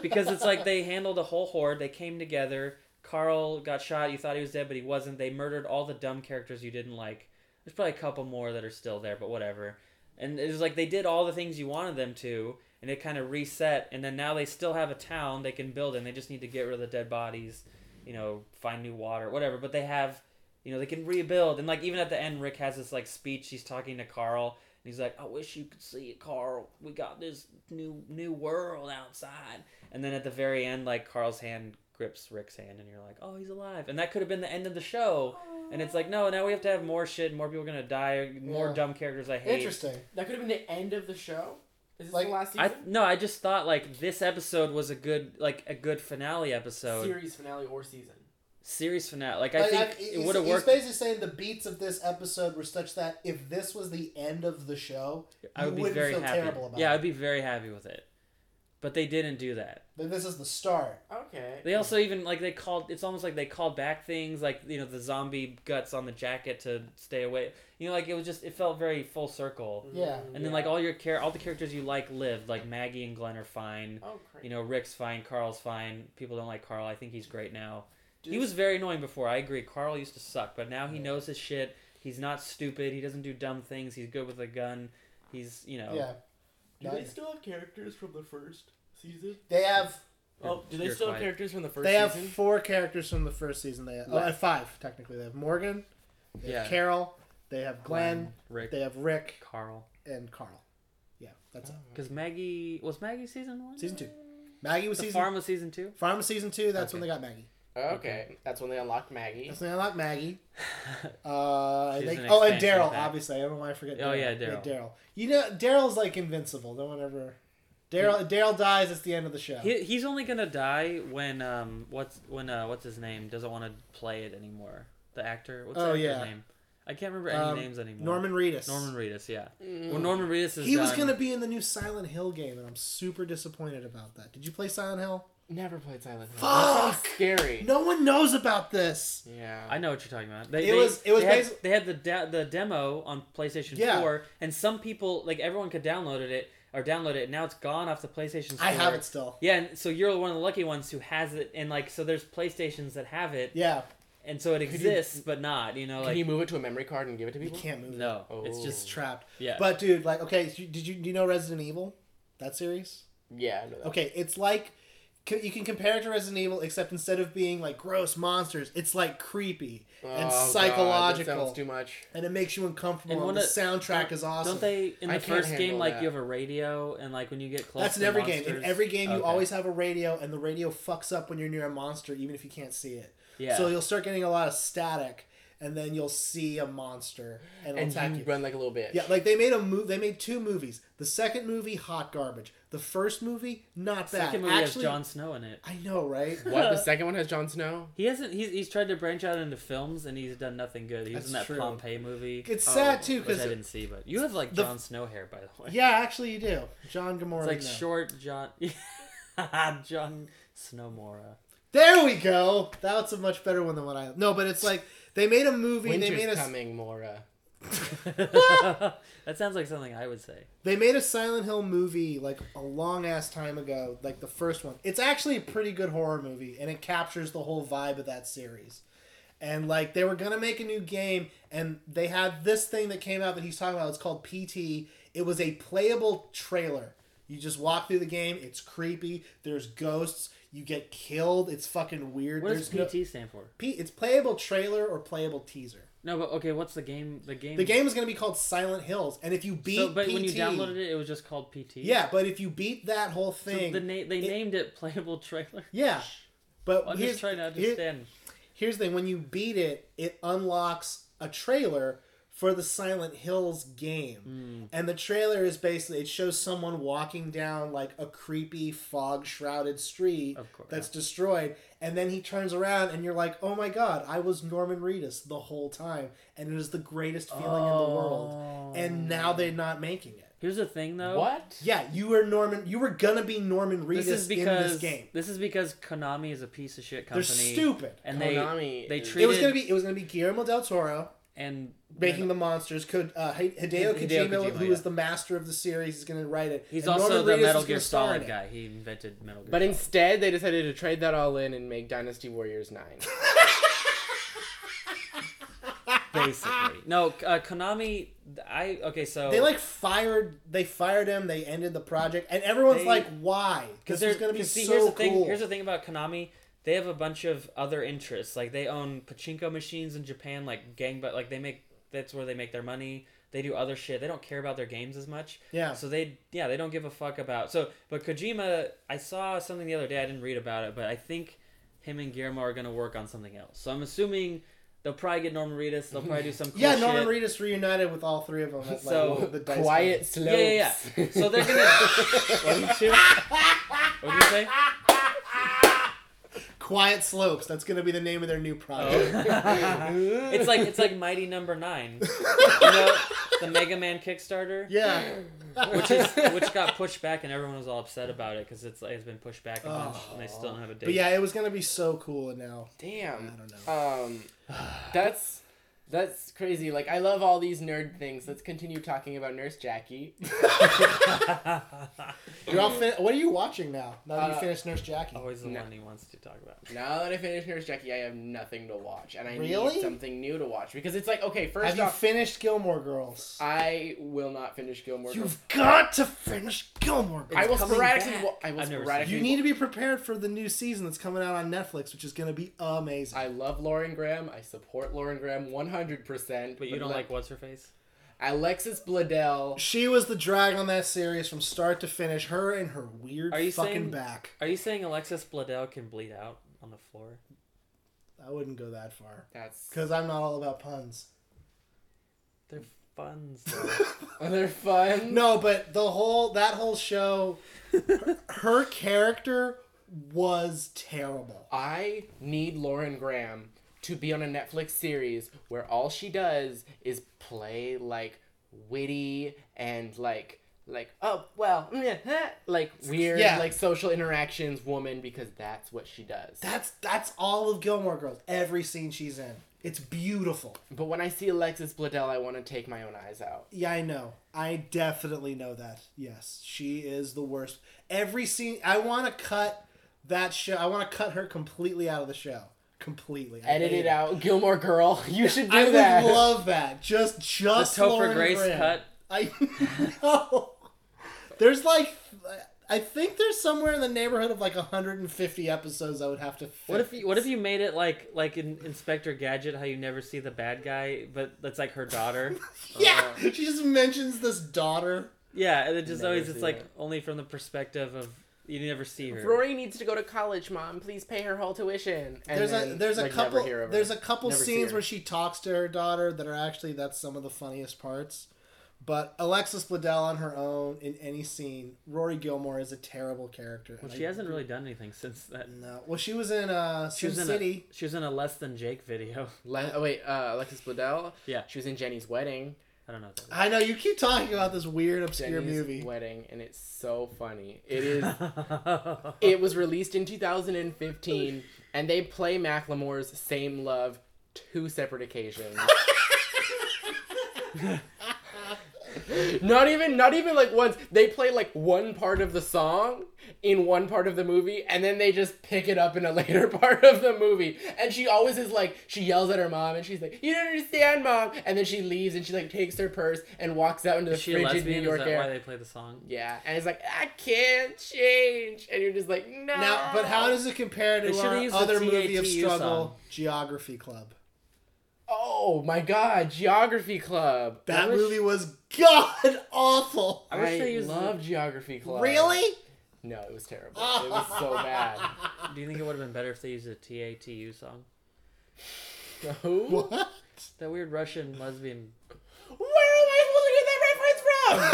because it's like they handled a whole horde. They came together. Carl got shot. You thought he was dead, but he wasn't. They murdered all the dumb characters you didn't like. There's probably a couple more that are still there, but whatever. And it was like they did all the things you wanted them to, and it kind of reset. And then now they still have a town they can build, and they just need to get rid of the dead bodies, you know, find new water, whatever. But they have, you know, they can rebuild. And like even at the end, Rick has this like speech. He's talking to Carl, and he's like, "I wish you could see it, Carl. We got this new new world outside." And then at the very end, like Carl's hand grips Rick's hand, and you're like, "Oh, he's alive." And that could have been the end of the show. And it's like, no, now we have to have more shit. More people are gonna die. More
Yeah.
dumb characters I hate.
interesting.
That could have been the end of the show. Is this
Like,
the last
I
season?
no, I just thought like this episode was a good like a good finale episode, series,
Series finale or season?
finale. Like I
Like,
think
he's-
it would have
he's
worked.
basically saying the beats of this episode were such that if this was the end of the show,
I would
you
be
wouldn't
very
feel
happy.
terrible about
yeah,
it.
I'd be very happy with it. But they didn't do that.
then this is the start.
Okay.
They also even like they called. It's almost like they called back things like you know the zombie guts on the jacket to stay away. You know, like it was just it felt very full circle.
Yeah.
And then like all your care, all the characters you like lived. Like Maggie and Glenn are fine.
Oh, great.
You know, Rick's fine. Carl's fine. People don't like Carl. I think he's great now. He
Dude,
was very annoying before. I agree. Carl used to suck, but now he knows his shit. He's not stupid. He doesn't do dumb things. He's good with a gun. He's you know.
Yeah.
Do they still have characters from the first season?
They have
Oh, do they
You're
still have
quiet.
characters from the first
they have
season?
four characters from the first season. They have, oh,
Left.
uh, five technically. They have Morgan, they have
Yeah.
Carol, they have Glenn,
Rick,
they have Rick
Carl.
and Carl. Yeah, that's it.
Because Maggie was Maggie season one.
Mm. Season two. Maggie was
The
season
farm was season two.
*laughs* Farm was season two. That's when
Okay.
they got Maggie.
Okay, that's when they unlocked Maggie.
That's when they unlocked Maggie. Uh, I
She's
think.
an
Oh, and
expansion
Daryl.
pack.
Obviously, I don't know why I forget.
Oh, yeah, Daryl.
Daryl. You know, Daryl's like invincible. No one ever. Daryl. Daryl dies. It's the end of the show.
He, he's only gonna die when um what's when uh what's his name doesn't want to play it anymore. The actor. What's the
Oh,
actor's
yeah.
name? I can't remember any
Um,
names anymore.
Norman Reedus.
Norman Reedus. Yeah. Well, Norman Reedus is. um,
He was
done.
gonna be in the new Silent Hill game, and I'm super disappointed about that. Did you play Silent Hill?
Never played Silent Hill.
Fuck!
That's so scary.
No one knows about this.
Yeah.
I know what you're talking about. They,
It
they-
was- it was
they had,
basi-
they had the de- the demo on PlayStation
Yeah.
Four, and some people like everyone could download it or download it. And now it's gone off the PlayStation. 4.
I have it still.
Yeah, and so you're one of the lucky ones who has it, and like so there's PlayStations that have it,
Yeah,
and so it
you-
exists, but not. You know,
Can
like
you move it to a memory card and give it to
you
people?
can't move.
no,
Oh.
it's
It's
just
trapped.
yeah.
But dude, like, okay, so you- did you do you know Resident Evil? That series.
Yeah. Oh, I know that.
Okay, it's like c- you can compare it to Resident Evil, except instead of being like gross monsters, it's like creepy and
Oh, God, that
psychological,
sounds too much.
and it makes you uncomfortable.
And
And,
one
the
of-
soundtrack is awesome.
don't they in
I
the
can't
first
handle
game like
that.
you have a radio, and like when you get close,
That's in
to
every game. In
monsters-
every game, you
Okay.
always have a radio, and the radio fucks up when you're near a monster, even if you can't see it.
yeah.
So you'll start getting a lot of static, and then you'll see a monster and, it'll
And
attack
you
you.
run like a little bitch.
Yeah, like they made a move. They made two movies. The second movie, hot garbage. The first movie, not bad.
Second movie
Actually,
has Jon Snow in it.
I know, right?
*laughs*
*laughs*
What? The second one has Jon Snow.
He hasn't. He's, he's tried to branch out into films, and he's done nothing good. He was
That's
in that
true.
Pompeii movie,
It's sad
Oh,
too
which I
because
didn't see. But you have like
The-
Jon Snow hair, by the way.
yeah, actually you do. John Gamora.
it's like
no.
short *laughs* John. John Snowmora. *laughs*
There we go. That's a much better one than what I. No, but it's like they made a movie. they made
Winter's
a
coming, Mora.
*laughs*
*laughs*
that sounds like something I would say.
they made a Silent Hill movie like a long ass time ago, like the first one. It's actually a pretty good horror movie, and it captures the whole vibe of that series. And like they were gonna make a new game, and they had this thing that came out that he's talking about. It's called PT. It was a playable trailer. You just walk through the game. It's creepy. There's ghosts. You get killed. It's fucking weird.
What does
There's no-
PT stand for?
P- it's playable trailer or playable teaser.
No, but okay. What's the game? The game.
The game is going to be called Silent Hills, and if you beat
Hmm. So, but
PT,
when you downloaded it, it was just called PT.
yeah, but if you beat that whole
So
thing,
the na- they
it-
named it playable trailer. *laughs*
yeah. But
I'm
here's,
just trying to
here-
understand.
here's the thing: when you beat it, it unlocks a trailer for the Silent Hills game.
Hmm.
And the trailer is basically it shows someone walking down like a creepy fog shrouded street
Of course,
that's destroyed and then he turns around and you're like, "Oh my god, I was Norman Reedus the whole time." And it is the greatest feeling in the world. And now they're not making it.
Oh. here's the thing though.
What?
Yeah, you were Norman you were gonna be Norman Reedus
This is
in
because
this game.
this is because Konami is a piece of shit
They're
company.
stupid.
And they
Konami
they
is-
treated
It was gonna be it was gonna be Guillermo del Toro
and
making the monsters. Could uh, Hi- Hideo,
Hideo
Kojima,
Kojima,
who
yeah.
is the master of the series, is going to write it.
He's
and
also
Norman
the
Reedus
Metal
is
Gear
gonna star
Solid
in it.
guy. He invented Metal Gear.
But
Solid.
instead, they decided to trade that all in and make Dynasty Warriors 9.
*laughs*
basically, no, uh, Konami. I okay, so
They like fired. They fired him. They ended the project, and everyone's
They-
like, "Why? Because
because
there's
there's
going to be
see,
so
here's the
cool."
thing. Here's the thing about Konami. They have a bunch of other interests. Like they own pachinko machines in Japan, like gang, but like they make that's where they make their money. They do other shit. They don't care about their games as much.
yeah,
So they yeah, they don't give a fuck about. So but Kojima, I saw something the other day. I didn't read about it, but I think him and Guillermo are gonna work on something else. So I'm assuming they'll probably get Norman Reedus. They'll probably do
*laughs*
some cool
yeah.
shit.
Norman Reedus reunited with all three of them. At,
So,
*laughs*
like, Oh, the dice
Quiet
game.
slopes.
Yeah, yeah, yeah. So they're
*laughs*
gonna. what did you? What did you say?
Quiet slopes. That's going to be the name of their new
*laughs*
project.
Oh. it's like it's like Mighty Number Nine, *laughs*
*laughs*
you know, the Mega Man Kickstarter,
yeah,
which is which got pushed back, and everyone was all upset about it because it's like it's been pushed back a bunch, and they still don't have a date.
but yeah, it was going to be so cool, and now
Damn.
I don't know.
Um, that's that's crazy. Like I love all these nerd things. Let's continue talking about Nurse Jackie.
*laughs*
You're all fin- what are you watching now? Now that you
Uh,
finished Nurse
*laughs*
Jackie.
always the
No.
one he wants to talk about.
now that I finish Nurse Jackie, I have nothing to watch, and I
Really?
need something new to watch because it's like okay, first
Have you
off,
finished Gilmore Girls?
I will not finish Gilmore. Girls.
You've got to finish Gilmore Girls.
I will
Coming
sporadically.
back.
Wa- I will
I've never seen it.
sporadically.
You need to be prepared for the new season that's coming out on Netflix, which is going to be amazing.
I love Lauren Graham. I support Lauren Graham 100%.
But you don't like what's her face?
Alexis Bledel.
she was the drag on that series from start to finish. Her and her weird
Are you
fucking
saying-
back.
Are you saying Alexis Bledel can bleed out on the floor?
I wouldn't go that far
That's
because I'm not all about puns.
They're fun.
other fun.
No, but the whole that whole show, *laughs* her, her character was terrible.
I need Lauren Graham to be on a Netflix series where all she does is play like witty and like like oh well *laughs* like weird
Yeah.
like social interactions woman because that's what she does.
That's that's all of Gilmore Girls. Every scene she's in, it's beautiful.
But when I see Alexis Bledel, I want to take my own eyes out.
Yeah, I know. I definitely know that. Yes, she is the worst. Every scene, I want to cut that show. I want to cut her completely out of the show. Completely. I
Edit
hate
it out, Gilmore Girl. *laughs* You should do
I
that.
would
*laughs*
love that. Just just
The Topher
Lauren
Grace
Graham.
cut?
I *laughs* know. There's like, I think there's somewhere in the neighborhood of like 150 episodes I would have to. Fix.
What if you, what if you made it like like in Inspector Gadget, how you never see the bad guy, but that's like her daughter.
Yeah,
Oh.
she just mentions this daughter.
yeah, and it just
Never
always it's
see
like
her.
only from the perspective of you never see her.
Rory needs to go to college, mom. Please pay her whole tuition.
And
there's a
then,
there's a
like, never
couple
hear of her.
there's a couple
Never see
scenes
her.
where she talks to her daughter that are actually that's some of the funniest parts. But Alexis Bledel on her own in any scene, Rory Gilmore is a terrible character.
Well,
And
she
I-
hasn't really done anything since that.
No, well, she was in uh,
She
Sin
was in
City.
a she was in a less than Jake video.
Le- oh wait, uh, Alexis Bledel.
Yeah.
she was in Jenny's wedding.
I don't know. What that
I know you keep talking about this weird obscure
Jenny's
movie.
wedding, and it's so funny. It
*laughs*
is.
is.
it was released in 2015, and they play Macklemore's "Same Love" two separate occasions. not even, not even like once. They play like one part of the song in one part of the movie, and then they just pick it up in a *laughs* later part of the movie. And she always is like, she yells at her mom, and she's like, "You don't understand, mom." And then she leaves, and she like takes her purse and walks out into the
Is she a
frigid New
lesbian? Is
York
that
air.
why they play the song?
Yeah, and it's like I can't change, and you're just like no.
Now, but how does it compare
They
to
should've
our
used the
other movie of
TATU
struggle,
song.
Geography Club?
Oh my God, Geography Club.
That
I wish-
movie was god awful.
I wish
I,
they used.
love Geography Club.
Really?
No, it was terrible. it was
*laughs*
so bad.
Do you think it would have been better if they used a TATU song?
Who?
What?
That weird Russian lesbian *laughs*
dumb.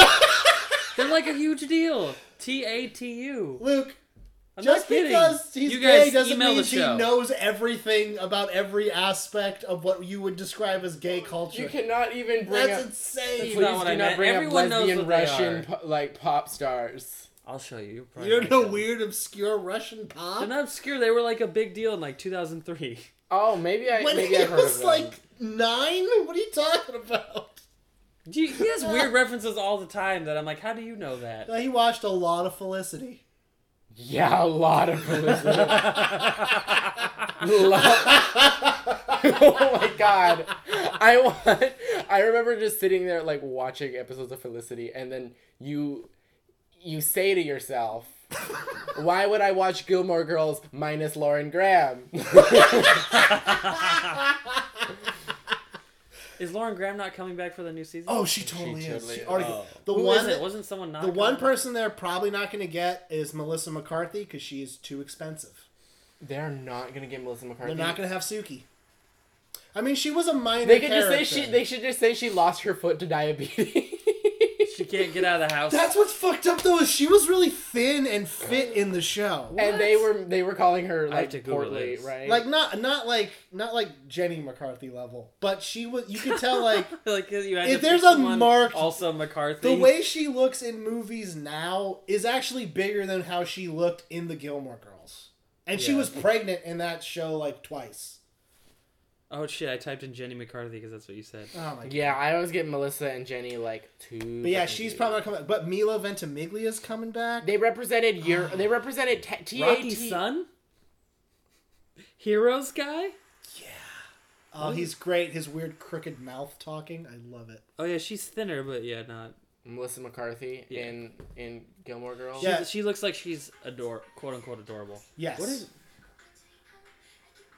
They're like a huge deal. T A T U.
Luke,
I'm
just
not kidding.
because he's
You guys
gay doesn't
email
mean
the
he
show.
knows everything about every aspect of what you would describe as gay culture.
You
cannot even bring
That's
up.
insane.
That's
Please
not what
do
I
not
meant.
bring
Everyone
up
knows
lesbian
what they
Russian
are.
po- like pop stars.
I'll show you. You'll probably
You don't
like
know
them.
weird, obscure Russian pop?
They're not obscure. They were like a big deal in like *laughs* 2003.
Oh, maybe I
when
maybe
he
I've heard of
was
them.
like nine? What are you talking about?
Do you- He has
*laughs*
weird references all the time that I'm like, how do you know that?
No, he watched a lot of Felicity.
yeah, a lot
*laughs*
of Elizabeth. oh my god. I want, I remember just sitting there like watching episodes of Felicity and then you you say to yourself, why would I watch Gilmore Girls minus Lauren Graham? *laughs*
Is Lauren Graham not coming back for the new season?
*laughs* Oh, she totally is.
totally
She
is.
already-
Oh.
The
Who
one,
is it? Wasn't someone not
the one
coming back?
person they're probably not going to get is Melissa McCarthy because she is too expensive.
They're not gonna get Melissa McCarthy.
They're not going to have Suki. I mean, she was a minor.
They could just say
character.
she they should just say she lost her foot to diabetes.
She can't get out of the house.
That's what's fucked up though. Is she was really thin and fit in the show.
*laughs* and they were they were calling her
have
like
to Google
portly,
this.
right?
Like not not like not like Jenny McCarthy level, but she was. You could tell
*laughs*
like
*laughs* like you had
If
to
there's
pick
a
someone
marked-
also McCarthy.
the way she looks in movies now is actually bigger than how she looked in the Gilmore Girls, and she
Yeah.
was pregnant in that show like twice.
Oh shit! I typed in Jenny McCarthy because that's what you said.
Oh my god.
yeah, I always get Melissa and Jenny like two.
But yeah, she's probably not coming. But Mila Ventimiglia's coming back.
They represented
*sighs*
your. They represented T- T-
Rocky son, heroes guy.
Oh, he's great. His weird crooked mouth talking. I love it.
Oh yeah, she's thinner, but yeah, not.
Melissa McCarthy
Yeah.
in in Gilmore Girls.
She,
Yeah.
she looks like she's ador quote unquote adorable.
Yes.
What is?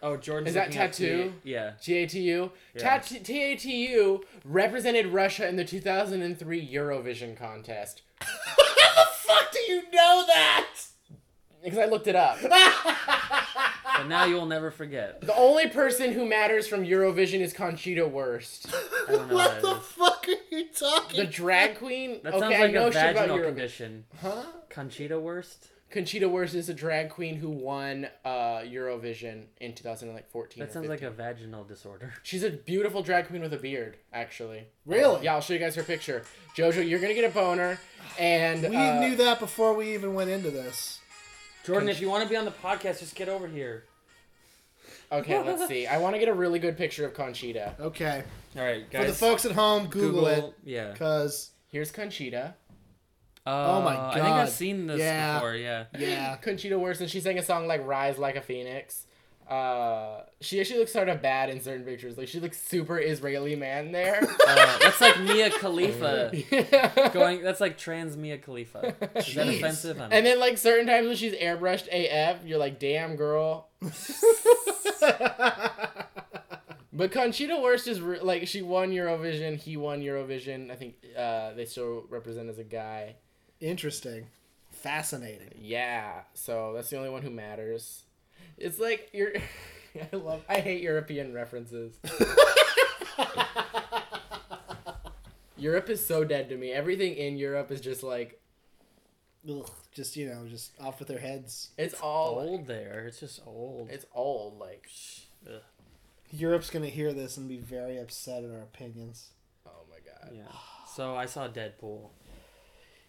Oh, Jordan.
Is that tattoo?
Yeah.
GATU.
Yeah.
Tat- TATU represented Russia in the 2003 Eurovision contest.
How the fuck do you know that?
Because I looked
*laughs*
it up.
But now you will never forget.
the only person who matters from Eurovision is Conchita Wurst.
I don't know
what
what that
the
is.
fuck are you talking?
The
*laughs*
drag queen.
That sounds
okay, I
like
know
a
shit about
vaginal
Eurovision.
condition.
Huh?
Conchita Wurst.
Conchita Wurst is a drag queen who won uh, Eurovision in 2014.
That
or
sounds like
15.
a vaginal disorder.
She's a beautiful drag queen with a beard, actually.
Really?
Yeah, I'll show you guys her picture. Jojo, you're gonna get a boner, and
We
uh,
knew that before we even went into this.
Jordan, if you want to be on the podcast, just get over here.
okay, let's see. I want to get a really good picture of Conchita.
Okay.
All right,
For
guys.
the folks at home, Google, it.
Yeah. *laughs*
Because,
Here's Conchita.
Uh,
Oh my
I think
God.
I've seen this
Yeah.
before. Yeah.
yeah.
*laughs* Conchita Wurst, and she sang a song like "Rise Like a Phoenix." Uh, she actually looks sort of bad in certain pictures. Like she looks super Israeli man
*laughs*
there.
Uh, that's like Mia
*laughs*
Khalifa
and
going. That's like trans Mia Khalifa. Is that
Jeez.
offensive? I'm-
then like certain times when she's airbrushed AF, you're like, "Damn, girl." But Conchita Wurst is re- like she won Eurovision, he won Eurovision. I think uh, they still represent as a guy.
Interesting. Fascinating.
Yeah, so that's the only one who matters. It's like you're. *laughs* I love. I hate European references. Europe is so dead to me. Everything in Europe is just like
Ugh, just, you know, just off with their heads.
it's all.
old there. It's just old.
It's old. Like
Ugh.
Europe's going to hear this and be very upset at our opinions.
oh my god.
Yeah. *sighs* So I saw Deadpool.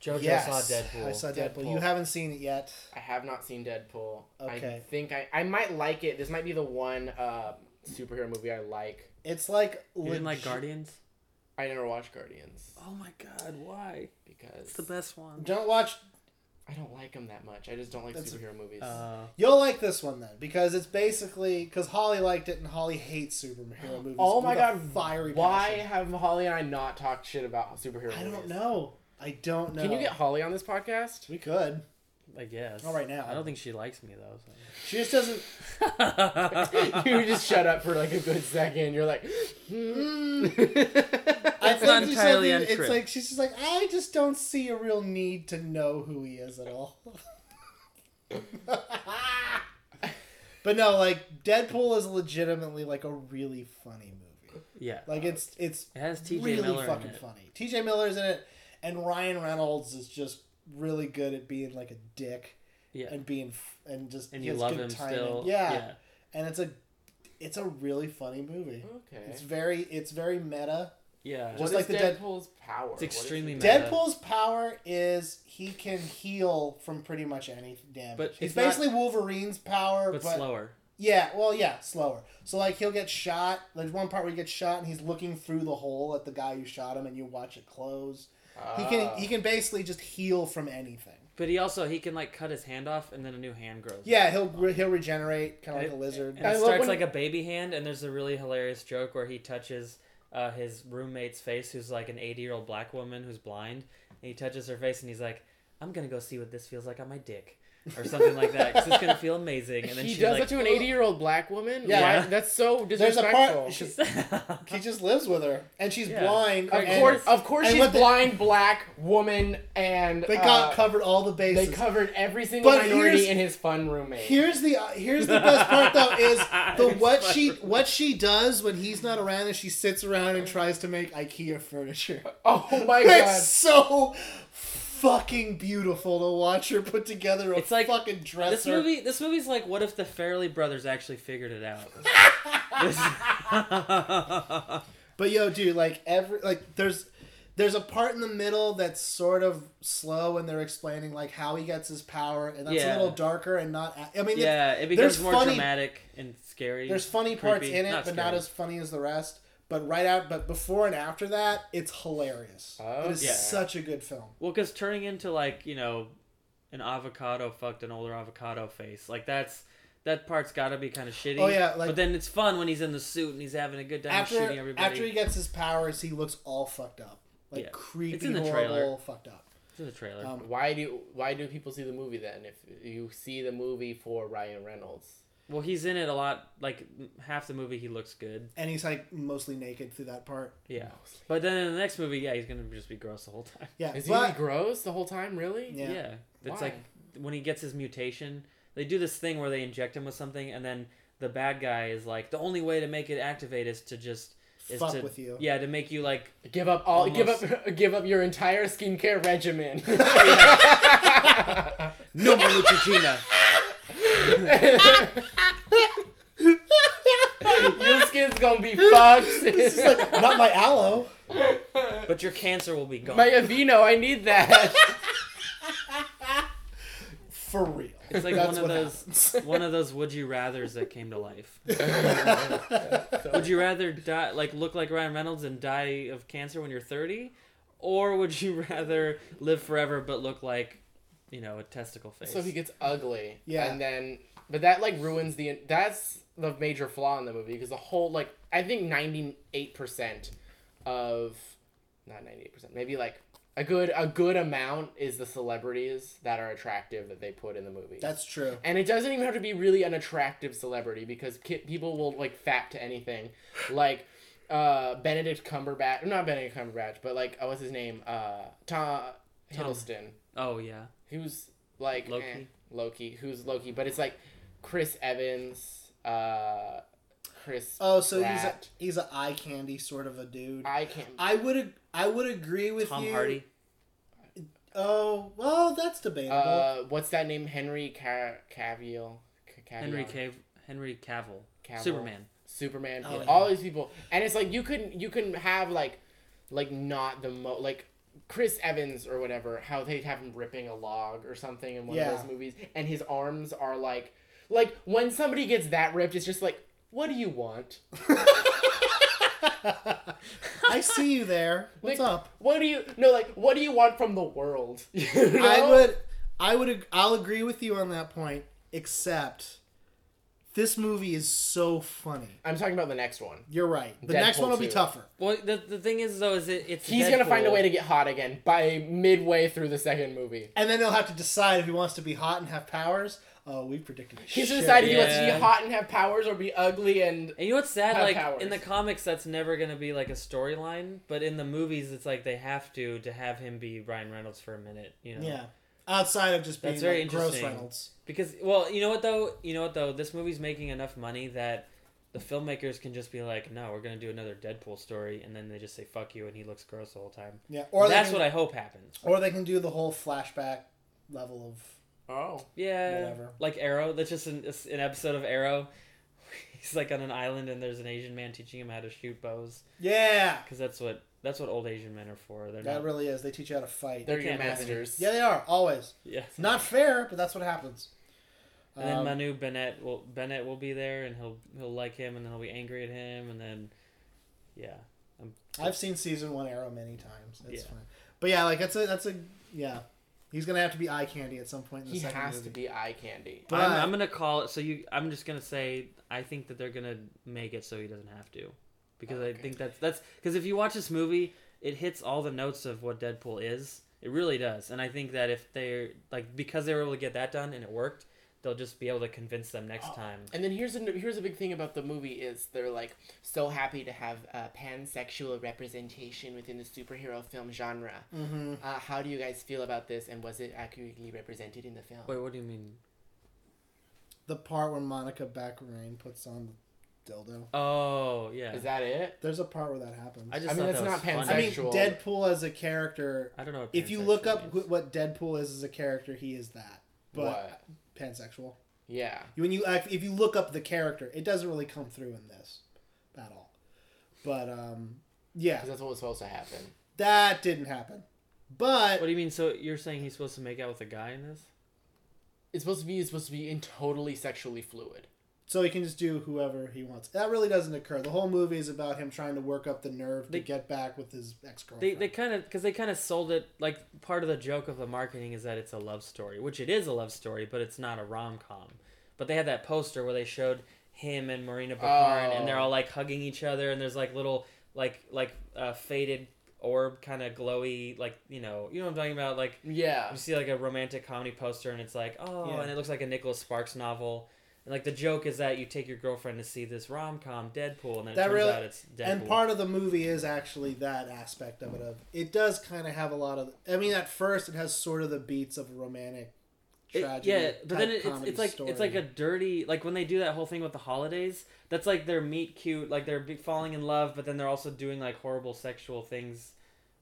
JoJo saw Deadpool.
I saw Deadpool.
Deadpool.
You haven't seen it yet.
I have not seen Deadpool. I
Okay.
think I I might like it. This might be the one um, superhero movie I like.
It's like.
you didn't like
legi-
Guardians?
I never watched Guardians
Oh my god, why?
because
It's the best one.
Don't watch.
I don't like them that much. I just don't like
That's-
superhero movies.
Uh,
You'll like this one then, because it's basically because Holly liked it and Holly hates
*gasps*
superhero movies.
oh
with
my
a
god,
Fiery.
Why
passion.
have Holly and I not talked shit about superhero
I
movies?
don't know. I don't know.
Can you get Holly on
*laughs*
this podcast? *laughs*
We could.
I guess.
Not right now.
I don't think she likes me though.
*laughs* She
*laughs*
just doesn't.
So. *laughs*
you just shut up for like a good second. You're like, hmm.
Mm.
*laughs*
I
It's
think
not
there's
entirely
something- It's
untrue.
like she's just like I just don't see a real need to know who he is at all. *laughs* "Ah." but no, like Deadpool is legitimately like a really funny movie.
yeah.
Like it's it's
It has TJ
really
Miller in
fucking
it.
funny. TJ Miller's in it, and Ryan Reynolds is just really good at being like a dick
Yeah.
and being f- and just
and
he
you
has
love
good
him
timing.
still.
Yeah. and it's a it's a really funny movie.
Okay.
It's very it's very meta.
Yeah.
Just
What
like
is
the Dead-
Deadpool's power? What is
extremely
he-
meta.
Deadpool's power is he can heal from pretty much any damage.
But
he's
it's not-
basically Wolverine's power,
but,
but,
slower.
yeah, well, yeah, slower. So like he'll get shot. There's one part where he gets shot and he's looking through the hole at the guy who shot him, and you watch it close. He
Ah.
can
Uh,
he can basically just heal from anything.
But he also he can like cut his hand off and then a new hand grows.
Yeah, he'll re- he'll regenerate, kind of
And
like a lizard.
And
I
it
love
starts
when-
like a baby hand, and there's a really hilarious joke where he touches uh, his roommate's face, who's like an 80 year old black woman who's blind, and he touches her face, and he's like, "I'm gonna go see what this feels like on my dick," or something like that, because it's gonna feel amazing. And then
*laughs* He
she
does
like,
it to an
*laughs*
80 year old black woman?
Yeah.
Why- That's so
There's a
disrespectful.
part she's, he just lives with her, and she's
Yeah.
blind.
Of
and
course, of course,
and
she's
what they-
blind, black woman, and
they
uh,
got covered all the bases.
They covered every single
But here's-
minority in his fun roommate.
Here's the uh, here's the best part though is the what she what she does when he's not around is she sits around and tries to make IKEA furniture.
*laughs* oh my god!
It's so fucking beautiful to watch her put together a
It's like-
fucking dresser.
This movie, this movie's like, what if the Farrelly brothers actually figured it
*laughs*
out? *laughs* This-
But yo, dude, like every like there's there's a part in the middle that's sort of slow and they're explaining like how he gets his power and that's a
Yeah.
little darker and not I mean it's
yeah, it
there's
becomes more
funny-
dramatic and scary.
There's funny parts
creepy,
in it,
not
but not
scary.
as funny as the rest. But right out, but before and after that, it's hilarious. It is
Okay.
such a good film.
Well, because turning into like you know, an avocado fucked an older avocado face. Like that's that part's got to be kind of shitty.
Oh, yeah, like-
but then it's fun when he's in the suit and he's having a good time shooting
After
everybody.
after he gets his powers, he looks all fucked up, like
Yeah.
creepy,
It's in the
horrible,
trailer.
fucked up.
It's in the trailer.
Um,
why do why do people see the movie then? If you see the movie for Ryan Reynolds,
well, he's in it a lot. Like m- half the movie, he looks good.
And he's like mostly naked through that part.
Yeah. But then in the next movie, yeah, he's gonna just be gross the whole time.
Yeah,
is he really
but
gross the whole time? Really?
Yeah.
Yeah. It's
Why?
like when he gets his mutation, they do this thing where they inject him with something and then the bad guy is like the only way to make it activate is to just is
fuck
to,
with you.
Yeah, to make you like
Give up all.
Almost.
Give up. *laughs* Give up your entire skincare
*laughs*
regimen. *laughs*
*laughs* no more "Oh, Neutrogena.
your skin's gonna be fucked.
This is
*laughs*
like not my aloe.
but your cancer will be gone. *laughs*
my Aveeno. I
*laughs*
need that.
For real,
it's like
That's
one of
what
those one of those would you rather's that came to
*laughs*
life. would *laughs*
happens. *laughs*
you rather die like look like Ryan Reynolds and die of cancer when you're 30 or would you rather live forever but look like you know, a testicle face.
So he gets ugly.
Yeah.
And then, but that like ruins the. That's the major flaw in the movie because the whole like I think ninety eight percent of, not ninety eight percent, maybe like a good a good amount is the celebrities that are attractive that they put in the movie.
That's true.
And it doesn't even have to be really an attractive celebrity because ki- people will like fat to anything, like uh, Benedict Cumberbatch, not Benedict Cumberbatch, but like oh, what's his name? Uh, Tom Hiddleston
oh yeah.
who's like eh,
Loki.
Loki. who's Loki, but it's like Chris Evans, uh, Chris.
Oh, so he's a
Pratt.
he's an eye candy sort of a dude.
I can't.
I would ag- I would agree with
Tom
you.
Hardy.
Oh well, that's debatable.
Uh, what's that name? Henry Ca- Cavill. C- Cavill.
Henry Cav- Henry Cavill.
Cavill.
Superman.
Superman.
Oh, yeah.
All these people, and it's like you can you can have like, like not the mo like. Chris Evans or whatever, how they have him ripping a log or something in one
Yeah.
of those movies, and his arms are like, like when somebody gets that ripped, it's just like, what do you want?
I see you
*laughs*
there. What's
Like,
up?
What do you no like? What do you want from the world? *laughs* You know?
I would, I would, ag- I'll agree with you on that point. Except, this movie is so funny.
I'm talking about the next one.
You're right. The
Deadpool
next one will be
2.
tougher.
Well, the, the thing is though, is it, it's
He's gonna find a
Deadpool.
way to get hot again by midway through the second movie.
And then he'll have to decide if he wants to be hot and have powers. Oh, we predicted. this
He's
shit.
decided he wants to be
Yeah.
hot and have powers or be ugly and
And you know what's sad?
Have
Like
powers.
in the comics, that's never gonna be like a storyline. But in the movies, it's like they have to to have him be Ryan Reynolds for a minute. You know.
Yeah. Outside of just being
That's very
like, gross
interesting.
Reynolds.
Because well, you know what though, you know what though, this movie's making enough money that the filmmakers can just be like, no, we're gonna do another Deadpool story, and then they just say fuck you, and he looks gross the whole time.
Yeah, or
that's
they
what
can,
I hope happens.
or they can do the whole flashback level of
Oh.
Yeah,
Whatever.
like Arrow. That's just an, it's an episode of Arrow. *laughs* He's like on an island, and there's an Asian man teaching him how to shoot bows,
yeah.
because that's what that's what old Asian men are for. They're
That
not.
really is. They teach you how to fight.
They're your
can't have any-
masters.
yeah, they are
*laughs*
always.
yeah.
It's not fair, but that's what happens.
And then
Um,
Manu Bennett will Bennett will be there, and he'll he'll like him, and then he'll be angry at him, and then yeah,
I've seen season one Arrow many times. It's
Yeah.
fine. But yeah, like that's a that's a yeah. He's gonna have to be eye candy at some point in the
He
second
has
movie.
to be eye candy.
But-
I'm, I'm gonna call it. So you, I'm just gonna say I think that they're gonna make it so he doesn't have to, because I
Okay.
think that's that's because if you watch this movie, it hits all the notes of what Deadpool is. It really does, and I think that if they're like because they were able to get that done and it worked, they'll just be able to convince them next time.
And then here's a here's a big thing about the movie is they're like so happy to have uh, pansexual representation within the superhero film genre.
Mhm.
Uh, how do you guys feel about this? And was it accurately represented in the film?
Wait, what do you mean?
The part where Monica Baccarin puts on the dildo.
Oh yeah,
Is that it?
There's a part where that happens.
I just
I mean,
thought
that's
that
not
was funny.
I mean,
pansexual.
Deadpool as a character.
I don't know. What
If you look
pansexual
up
means.
wh- what Deadpool is as a character, he is that. But
what?
pansexual.
Yeah.
When you act- if you look up the character, it doesn't really come through in this at all. But um, yeah,
Because that's what was supposed to happen.
that didn't happen. But
what do you mean? So you're saying he's supposed to make out with a guy in this?
It's supposed to be. It's supposed to be in totally sexually fluid.
so he can just do whoever he wants. That really doesn't occur. The whole movie is about him trying to work up the nerve
They-
to get back with his ex
They
girlfriend.
they kind of because they kind of sold it like part of the joke of the marketing is that it's a love story, which it is a love story, but it's not a rom com. But they had that poster where they showed him and Marina Baccarin, and they're
Oh.
all like hugging each other, and there's like little like like uh, faded orb kind of glowy like you know you know what I'm talking about like
Yeah.
you see like a romantic comedy poster and it's like oh
Yeah.
and it looks like a Nicholas Sparks novel. And like the joke is that you take your girlfriend to see this rom com Deadpool, and then it
That
turns
really-
out it's Deadpool.
and part of the movie is actually that aspect of it. Of it does kind of have a lot of. I mean, at first it has sort of the beats of a romantic
It-
tragedy.
yeah, but then
type
it, it's,
comedy
it's like
story.
it's like a dirty like when they do that whole thing with the holidays. That's like they're meet cute, like they're be- falling in love, but then they're also doing like horrible sexual things,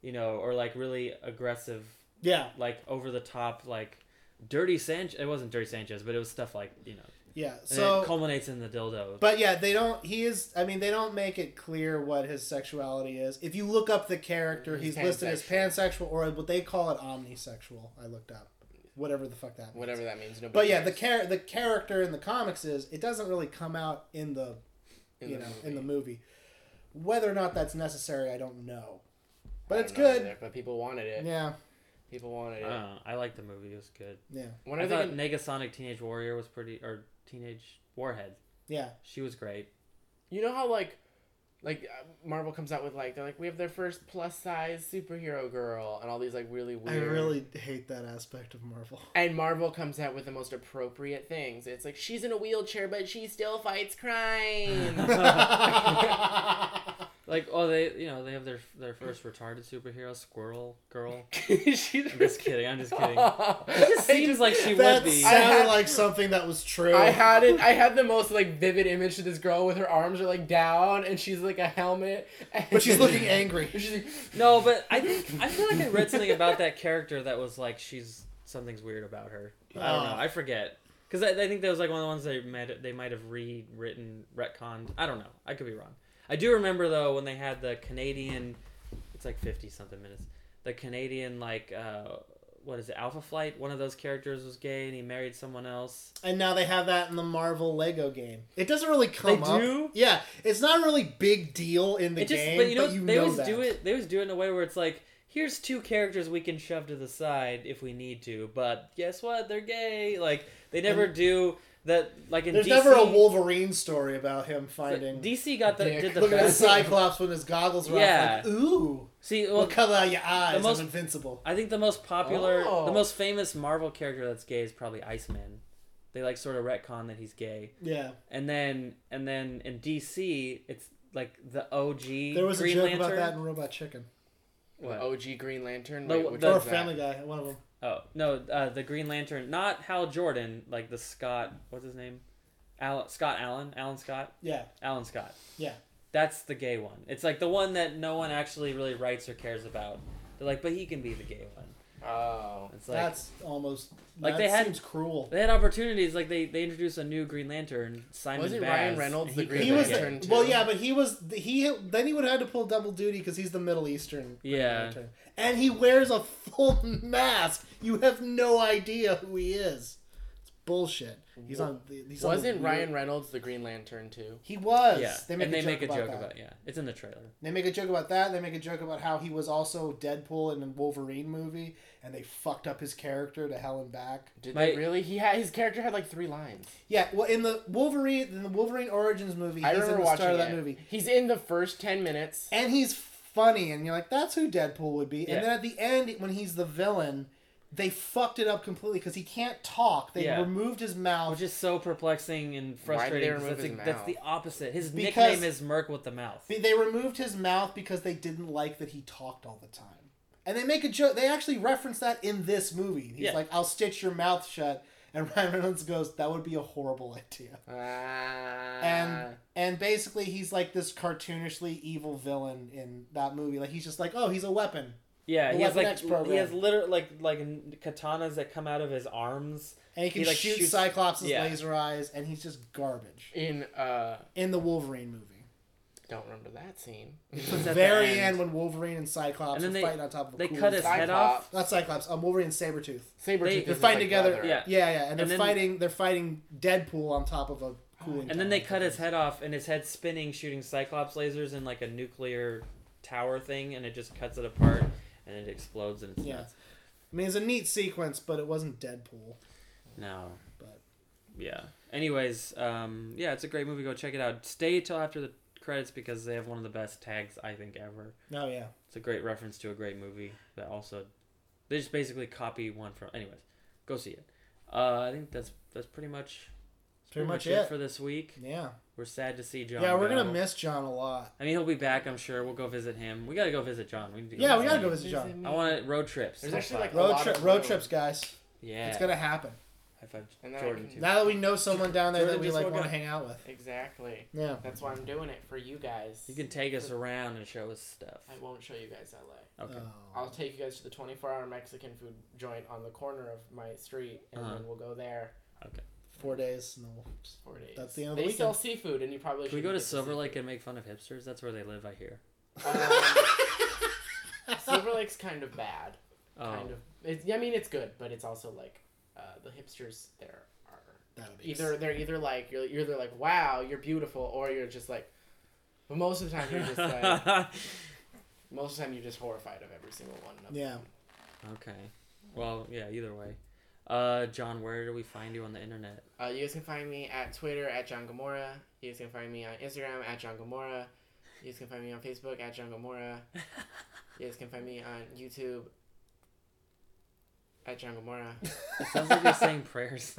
you know, or like really aggressive,
yeah
like over the top, like dirty Sanchez. It wasn't dirty Sanchez, but it was stuff like you know.
yeah.
And
So
it culminates in the dildo.
But yeah, they don't. He is. I mean, they don't make it clear what his sexuality is. If you look up the character,
He's
he's, listed as
pansexual.
pansexual or what they call it omnisexual. I looked up, whatever the fuck that. Means.
Whatever that means. Nobody
But yeah, the
cares.
char- the character in the comics is it doesn't really come out in the
In
you
the
know
movie.
in the movie. Whether or not that's necessary, I don't know. But
I
it's
don't know
good.
either, but people wanted it.
Yeah,
People wanted
I
it.
don't know. I like the movie. It was good.
yeah,
when
Uh, I
are they
thought
gonna-
Negasonic Teenage Warrior was pretty, or Teenage Warhead.
yeah.
She was great.
You know how like, like uh, Marvel comes out with like they're like we have their first plus size superhero girl and all these like really weird.
I really hate that aspect
*laughs*
of Marvel. *laughs*
And Marvel comes out with the most appropriate things. It's like she's in a wheelchair, but she still
*laughs*
fights crime. *laughs*
Like oh they you know they have their their first retarded superhero Squirrel Girl.
she's
I'm just
*laughs*
kidding. I'm just kidding. It
It
just seems like she would
that
be.
I
sounded
had-
like something that was true.
I had it. I had the most like vivid image of this girl with her arms are like down and she's like a helmet. and-
but she's looking angry.
*laughs* She's like,
No, but I think I feel like I read something about that character that was like she's something's weird about her. I don't know.
Oh.
I forget because I, I think that was like one of the ones they might they might have rewritten retconned. I don't know. I could be wrong. I do remember though when they had the Canadian. It's like fifty something minutes. The Canadian like uh, what is it? Alpha Flight. One of those characters was gay and he married someone else.
And now they have that in the Marvel Lego game. It doesn't really come
They
up.
do?
Yeah, it's not a really big deal in the
it just
game,
but you know they always
that.
do it they always do it in a way where it's like here's two characters we can shove to the side if we need to but guess what they're gay like they never do that like in
There's
DC,
never a Wolverine story about him
like,
finding.
DC got the
Dick.
did the
Look at the
best
*laughs* Cyclops when his goggles were
Yeah.
off. Like, Ooh,
see well,
what color are your eyes?
most-
I'm invincible.
I think the most popular
Oh.
the most famous Marvel character that's gay is probably Iceman they like sort of retcon that he's gay
Yeah,
and then and then in DC it's like the OG
there was
Green
a joke
Lantern
about that in Robot Chicken
What?
OG Green Lantern.
No,
Wait, which
the-
or
one's that?
Family Guy. One of them.
Oh no, uh, the Green Lantern, not Hal Jordan, like the Scott. What's his name? Al- Scott Allen, Alan Scott,
Yeah,
Alan Scott.
yeah.
That's the gay one. It's like the one that no one actually really writes or cares about. They're like, but he can be the gay one.
Oh.
It's like
that's almost
Like,
that
they had-
seems cruel.
they had opportunities. Like they they introduced a new Green Lantern, Simon.
Was it
Baz,
Ryan Reynolds,
and
the
he
Green
He
couldn't
was
get-
Lantern?
the,
too.
well, yeah, but he was he. Then he would have had to pull double duty because he's the Middle Eastern. Green
Yeah.
Lantern. and he wears a full *laughs* mask. You have no idea who he is. It's bullshit. He's on. the- He's on the
Wasn't
weird-
Ryan Reynolds the Green Lantern too?
He was.
Yeah,
They make
and
a
they
joke
make a
about
joke
that.
about yeah. It's in the trailer.
They make a joke about that. They make a joke about how he was also Deadpool in the Wolverine movie, and they fucked up his character to hell and back.
Did
My-
they really? He had his character had like three lines.
Yeah, well, in the Wolverine, in the Wolverine Origins movie,
I
he's in
remember
the
watching
start of that
it.
movie,
He's in the first ten minutes.
and he's funny, and you're like, that's who Deadpool would be.
Yeah.
And then at the end, when he's the villain, they fucked it up completely because he can't talk. They
Yeah.
removed his mouth.
Which is so perplexing and
Why did they
frustrating. 'cause
remove
that's,
his
the- that's
mouth?
the opposite. His
Because-
nickname is Merc with the mouth.
They- They removed his mouth because they didn't like that he talked all the time. And they make a joke. They actually reference that in this movie. He's
Yeah.
like, "I'll stitch your mouth shut," and *laughs* Ryan Reynolds goes, "That would be a horrible idea."
Ah.
Uh.
And and basically, he's like this cartoonishly evil villain in that movie. Like he's just like, "Oh, he's a weapon,"
Yeah,
The
he has
Weapon
like
X program.
he has literally like like n- katanas that come out of his arms.
and he can
He, like,
shoot
shoots-
Cyclops'
yeah.
laser eyes, and he's just garbage
in uh,
in the Wolverine movie.
don't remember that scene. *laughs*
The
It's at the
very
end.
end. when Wolverine and Cyclops
And then
are
they-
fighting on top of a
They
cool
cut his head off.
not Cyclops, um, Wolverine and Sabretooth.
Saber
They-
They're fighting together.
Yeah.
Yeah, yeah, and they're
then-
fighting. They're fighting Deadpool on top of a cooling.
And then they cut his
his
head off, and his head spinning, shooting Cyclops lasers in like a nuclear tower thing, and it just cuts it apart, and it explodes, and it's
Yeah.
nuts.
I mean, it's a neat sequence, but it wasn't Deadpool.
No,
But-
yeah. Anyways, um, yeah, it's a great movie. Go check it out. Stay till after the credits because they have one of the best tags I think ever.
No, yeah.
It's a great reference to a great movie that also they just basically copy one from. Anyways, go see it. Uh, I think that's that's pretty much that's
Pretty much it.
for this week.
Yeah.
We're sad to see John.
yeah, we're
go.
gonna miss John a lot.
I mean, he'll be back. I'm sure. We'll go visit him. We gotta go visit John. We need to
Yeah, we
visit
gotta go
him.
visit John.
I want road trips.
There's actually, like,
Road
lot
trip,
of
road
room.
trips, guys.
yeah.
It's gonna happen.
High five,
And then I
Jordan.
can-
Too.
Now that we know someone down there that
Jordan
we
just
like
woke
want to
up.
hang out with.
Exactly.
Yeah.
That's why I'm doing it for you guys.
you can take us around and show us stuff.
I Uh, won't show you guys LA.
Okay.
Oh.
I'll take you guys to the 24-hour Mexican food joint on the corner of my street, and
Uh-huh.
then we'll go there.
Four days. and then we'll-
*laughs*
Four days.
That's the end of
They
the
sell seafood, and you probably
Can we go to
shouldn't get the
Silver Lake and make fun of hipsters? That's where they live, I hear.
seafood. Um, *laughs* Silver Lake's kind of bad.
Oh,
Kind of. It's, yeah, I mean, it's good, but it's also like uh, the hipsters there are
*laughs* That'll be
either they're either like you're, you're either like wow you're beautiful or you're just like but most of the time
*laughs*
you're just like most of the time you're just horrified of every single one of
Yeah.
them.
okay. Well, yeah. Either way, uh, John, where do we find you on the internet?
uh, you guys can find me at twitter at john gamora you guys can find me on instagram at john gamora you guys can find me on facebook at john
*laughs*
gamora you guys can find me on youtube at
*laughs*
john gamora
Sounds like you're saying
*laughs*
prayers.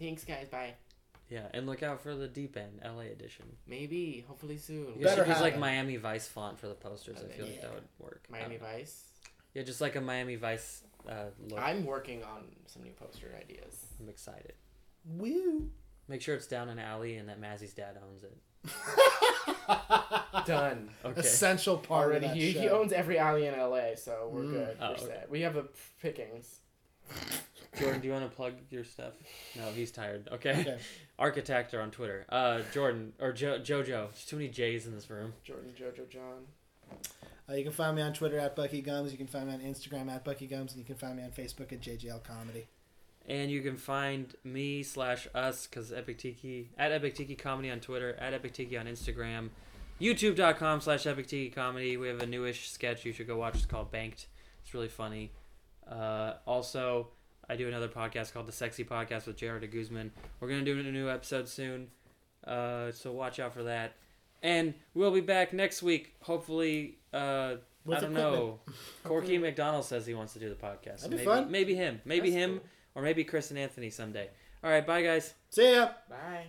thanks guys bye
Yeah, and look out for the Deep End LA edition.
maybe hopefully soon
You should
Better
use like
have it.
Miami Vice font for the posters. I
Okay.
feel like that
Yeah.
would work. I
miami
don't know.
vice
Yeah, just like a Miami Vice uh, look. I'm,
i'm working on some new poster
*laughs*
ideas
excited.
*laughs*
*laughs*
Woo. *laughs*
Make sure it's down an alley and that Mazzy's dad owns it.
done
Okay.
Essential part
already.
of that
He,
show.
he owns every alley in LA, so we're
Mm.
good.
Oh,
we're
okay.
set. We have a pickings.
Jordan, do you want to plug your stuff? No, he's tired. Okay.
Okay.
*laughs* Architector on Twitter. Uh, Jordan or jo- JoJo. There's too many J's in this room.
Jordan, Jojo, John.
Uh, you can find me on Twitter at Bucky Gums. You can find me on Instagram at Bucky Gums, and you can find me on Facebook at JGL Comedy.
And you can find me slash us because Epic Tiki at Epic Tiki Comedy on Twitter, at Epic Tiki on Instagram, YouTube.com slash Epic Tiki Comedy. We have a newish sketch you should go watch. It's called Banked. It's really funny. Uh, also, I do another podcast called The Sexy Podcast with Jared Guzman. We're gonna do a new episode soon, uh, so watch out for that. And we'll be back next week, hopefully. Uh, I
With
don't know.
equipment.
Corky McDonald says he wants to do the podcast.
That'd be
maybe,
fun.
maybe him. Maybe
That's
him or maybe Chris and Anthony someday. All right, bye guys.
See ya.
Bye.